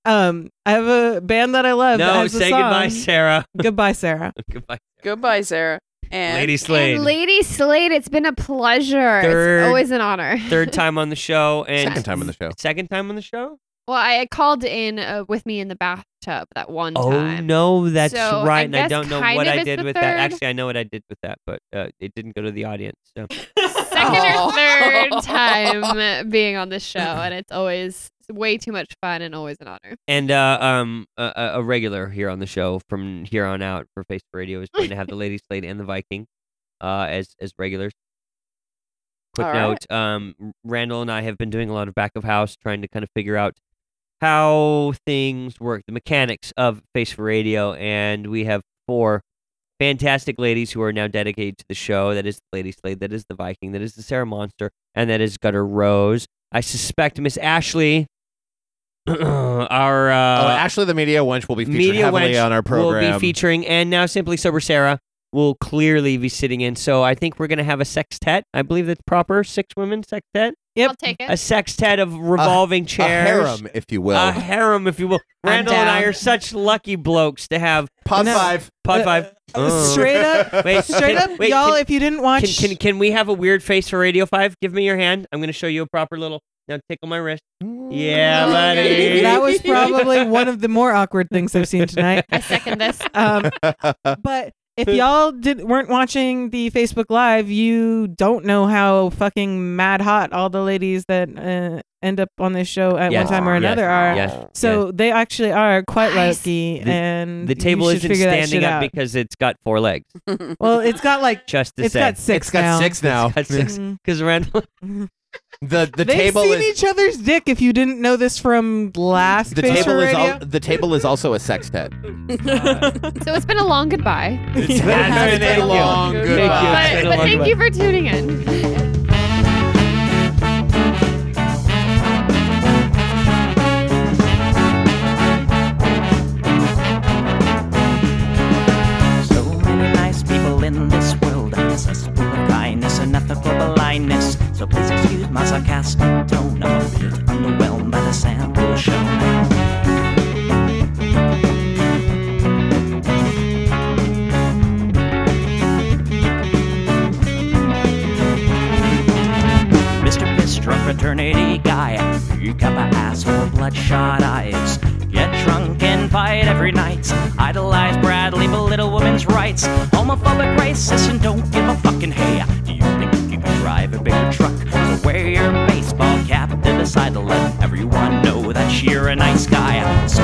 [SPEAKER 11] um, I have a band that I love. that
[SPEAKER 2] No,
[SPEAKER 11] has a
[SPEAKER 2] say
[SPEAKER 11] song.
[SPEAKER 2] goodbye, Sarah.
[SPEAKER 11] Goodbye, Sarah.
[SPEAKER 2] goodbye,
[SPEAKER 3] goodbye, Sarah. And
[SPEAKER 2] Lady Slade.
[SPEAKER 4] And Lady Slade, it's been a pleasure.
[SPEAKER 2] Third-
[SPEAKER 4] It's always an honor.
[SPEAKER 2] Third time on the show and
[SPEAKER 1] Second time on the show.
[SPEAKER 2] Second time on the show?
[SPEAKER 4] Well, I called in uh, with me in the bathtub that one
[SPEAKER 2] Oh
[SPEAKER 4] time.
[SPEAKER 2] no, that's
[SPEAKER 4] So,
[SPEAKER 2] right.
[SPEAKER 4] I
[SPEAKER 2] and I
[SPEAKER 4] guess
[SPEAKER 2] don't know
[SPEAKER 4] kind
[SPEAKER 2] what
[SPEAKER 4] of
[SPEAKER 2] I
[SPEAKER 4] it's
[SPEAKER 2] did
[SPEAKER 4] the
[SPEAKER 2] with
[SPEAKER 4] third.
[SPEAKER 2] that. Actually, I know what I did with that, but uh, it didn't go to the audience. So
[SPEAKER 4] Second
[SPEAKER 3] Oh.
[SPEAKER 4] or third time being on this show, and it's always way too much fun and always an honor.
[SPEAKER 2] and uh, um, a, a- a regular here on the show from here on out for Facebook Radio is going to have the Lady Slade and the Viking uh, as as regulars. Quick
[SPEAKER 3] All right.
[SPEAKER 2] note: um, Randall and I have been doing a lot of back of house, trying to kind of figure out how things work, the mechanics of Face for Radio, and we have four fantastic ladies who are now dedicated to the show. That is the Lady Slade, that is the Viking, that is the Sarah Monster, and that is Gutter Rose. I suspect Miss Ashley, our
[SPEAKER 1] oh,
[SPEAKER 2] uh,
[SPEAKER 1] Ashley the media wench will be featured
[SPEAKER 2] media
[SPEAKER 1] heavily
[SPEAKER 2] wench
[SPEAKER 1] on our program.
[SPEAKER 2] will be featuring, and now Simply Sober Sarah will clearly be sitting in. So I think we're going to have a sextet. I believe that's proper. Six women sextet.
[SPEAKER 11] Yep.
[SPEAKER 4] I'll take it.
[SPEAKER 2] A sextet of revolving
[SPEAKER 1] a
[SPEAKER 2] chairs.
[SPEAKER 1] harem, if you will.
[SPEAKER 2] A harem, if you will.
[SPEAKER 11] I'm
[SPEAKER 2] Randall and I
[SPEAKER 11] down.
[SPEAKER 2] are such lucky blokes to have
[SPEAKER 1] Pod
[SPEAKER 11] No.
[SPEAKER 1] five.
[SPEAKER 2] Pod
[SPEAKER 11] Uh,
[SPEAKER 2] Five.
[SPEAKER 11] Uh, Straight up,
[SPEAKER 2] Oh, Wait,
[SPEAKER 11] straight
[SPEAKER 2] can-
[SPEAKER 11] up,
[SPEAKER 2] wait,
[SPEAKER 11] y'all.
[SPEAKER 2] can-
[SPEAKER 11] if you didn't watch,
[SPEAKER 2] Can, can can we have a weird face for Radio Five? Give me your hand. I'm gonna show you a proper little. Now tickle my wrist. Yeah, buddy.
[SPEAKER 11] that was probably one of the more awkward things I've seen tonight.
[SPEAKER 4] I second this.
[SPEAKER 11] Um, but if y'all didn't weren't watching the Facebook Live, you don't know how fucking mad hot all the ladies that uh, end up on this show at
[SPEAKER 2] Yes,
[SPEAKER 11] one time or
[SPEAKER 2] yes,
[SPEAKER 11] another are.
[SPEAKER 2] Yes.
[SPEAKER 11] So they actually are quite
[SPEAKER 4] Guys,
[SPEAKER 11] lucky,
[SPEAKER 2] the-
[SPEAKER 11] and
[SPEAKER 2] the table
[SPEAKER 11] you
[SPEAKER 2] isn't
[SPEAKER 11] should figure that shit
[SPEAKER 2] standing up
[SPEAKER 11] out.
[SPEAKER 2] because it's got four legs.
[SPEAKER 11] well, it's got like
[SPEAKER 2] Just to
[SPEAKER 11] it's
[SPEAKER 2] say,
[SPEAKER 11] got six
[SPEAKER 1] it's got
[SPEAKER 11] now.
[SPEAKER 1] six now.
[SPEAKER 2] It's got six.
[SPEAKER 11] Mhm.
[SPEAKER 2] Because Randall,
[SPEAKER 1] The the
[SPEAKER 11] They've
[SPEAKER 1] table
[SPEAKER 11] seen
[SPEAKER 1] is
[SPEAKER 11] each other's dick. If you didn't know this from last
[SPEAKER 1] the
[SPEAKER 11] Face
[SPEAKER 1] table
[SPEAKER 11] for
[SPEAKER 1] is
[SPEAKER 11] radio.
[SPEAKER 1] al- the table is also a sextet.
[SPEAKER 4] So it's been a long goodbye.
[SPEAKER 2] it's
[SPEAKER 1] been a long
[SPEAKER 2] Thank
[SPEAKER 1] goodbye.
[SPEAKER 2] you. It's
[SPEAKER 4] But,
[SPEAKER 2] been a
[SPEAKER 4] but
[SPEAKER 2] long
[SPEAKER 4] thank
[SPEAKER 2] goodbye.
[SPEAKER 4] you for tuning in.
[SPEAKER 12] So many nice people in this world. Such full of kindness and ethical blindness. So please excuse my sarcastic tone. I'm a bit underwhelmed by the sample shown. Mr. Bistro fraternity guy. You got my ass with bloodshot eyes. Get drunk and fight every night. Idolize Bradley, belittle women's rights. Homophobic, racist, and don't give a fucking hey. Do you think you can drive a bigger truck? So wear your baseball cap to
[SPEAKER 7] decide to let everyone know that you're a nice guy. So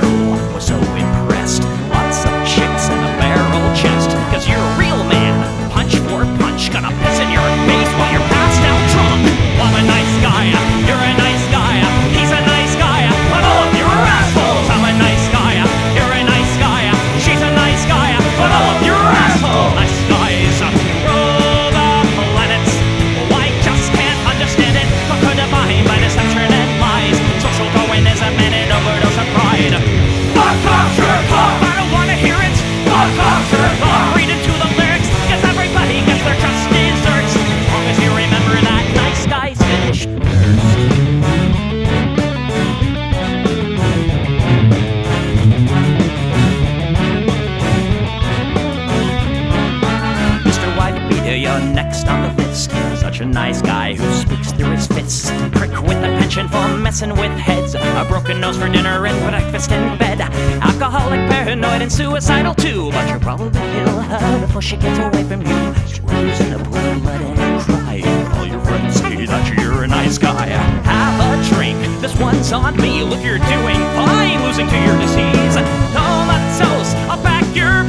[SPEAKER 7] cool, was so impressed. Lots of chicks and a barrel chest, cause you're a real man. Punch for punch, gonna piss in your face while you're passed out drunk. I'm a nice guy, you're a nice guy, he's a nice guy. But all of you are assholes. I'm a nice guy, you're a nice guy, she's a nice guy. But all of you are assholes. Nice guys rule the planets. Why just can't understand it? Conquered a mind by deception and lies. Social Darwinism and an overdose of pride. Fuck culture pop! I don't wanna hear it. Fuck culture pop! Read into the lyrics, 'cause everybody gets their just desserts. As long as you remember that nice guys finish first. Mr. White Beater, you're next on the list. Such a nice guy who speaks through his fists. Prick with a penchant for messing with heads. A broken nose for dinner and breakfast in bed. Alcoholic, paranoid, and suicidal too. But you'll probably kill her before she gets away from you. She lives in a pool, letting her cry. All your friends see that you're a nice guy. Have a drink, this one's on me. Look, you're doing fine, losing to your disease. Donuts toast, I'll pack your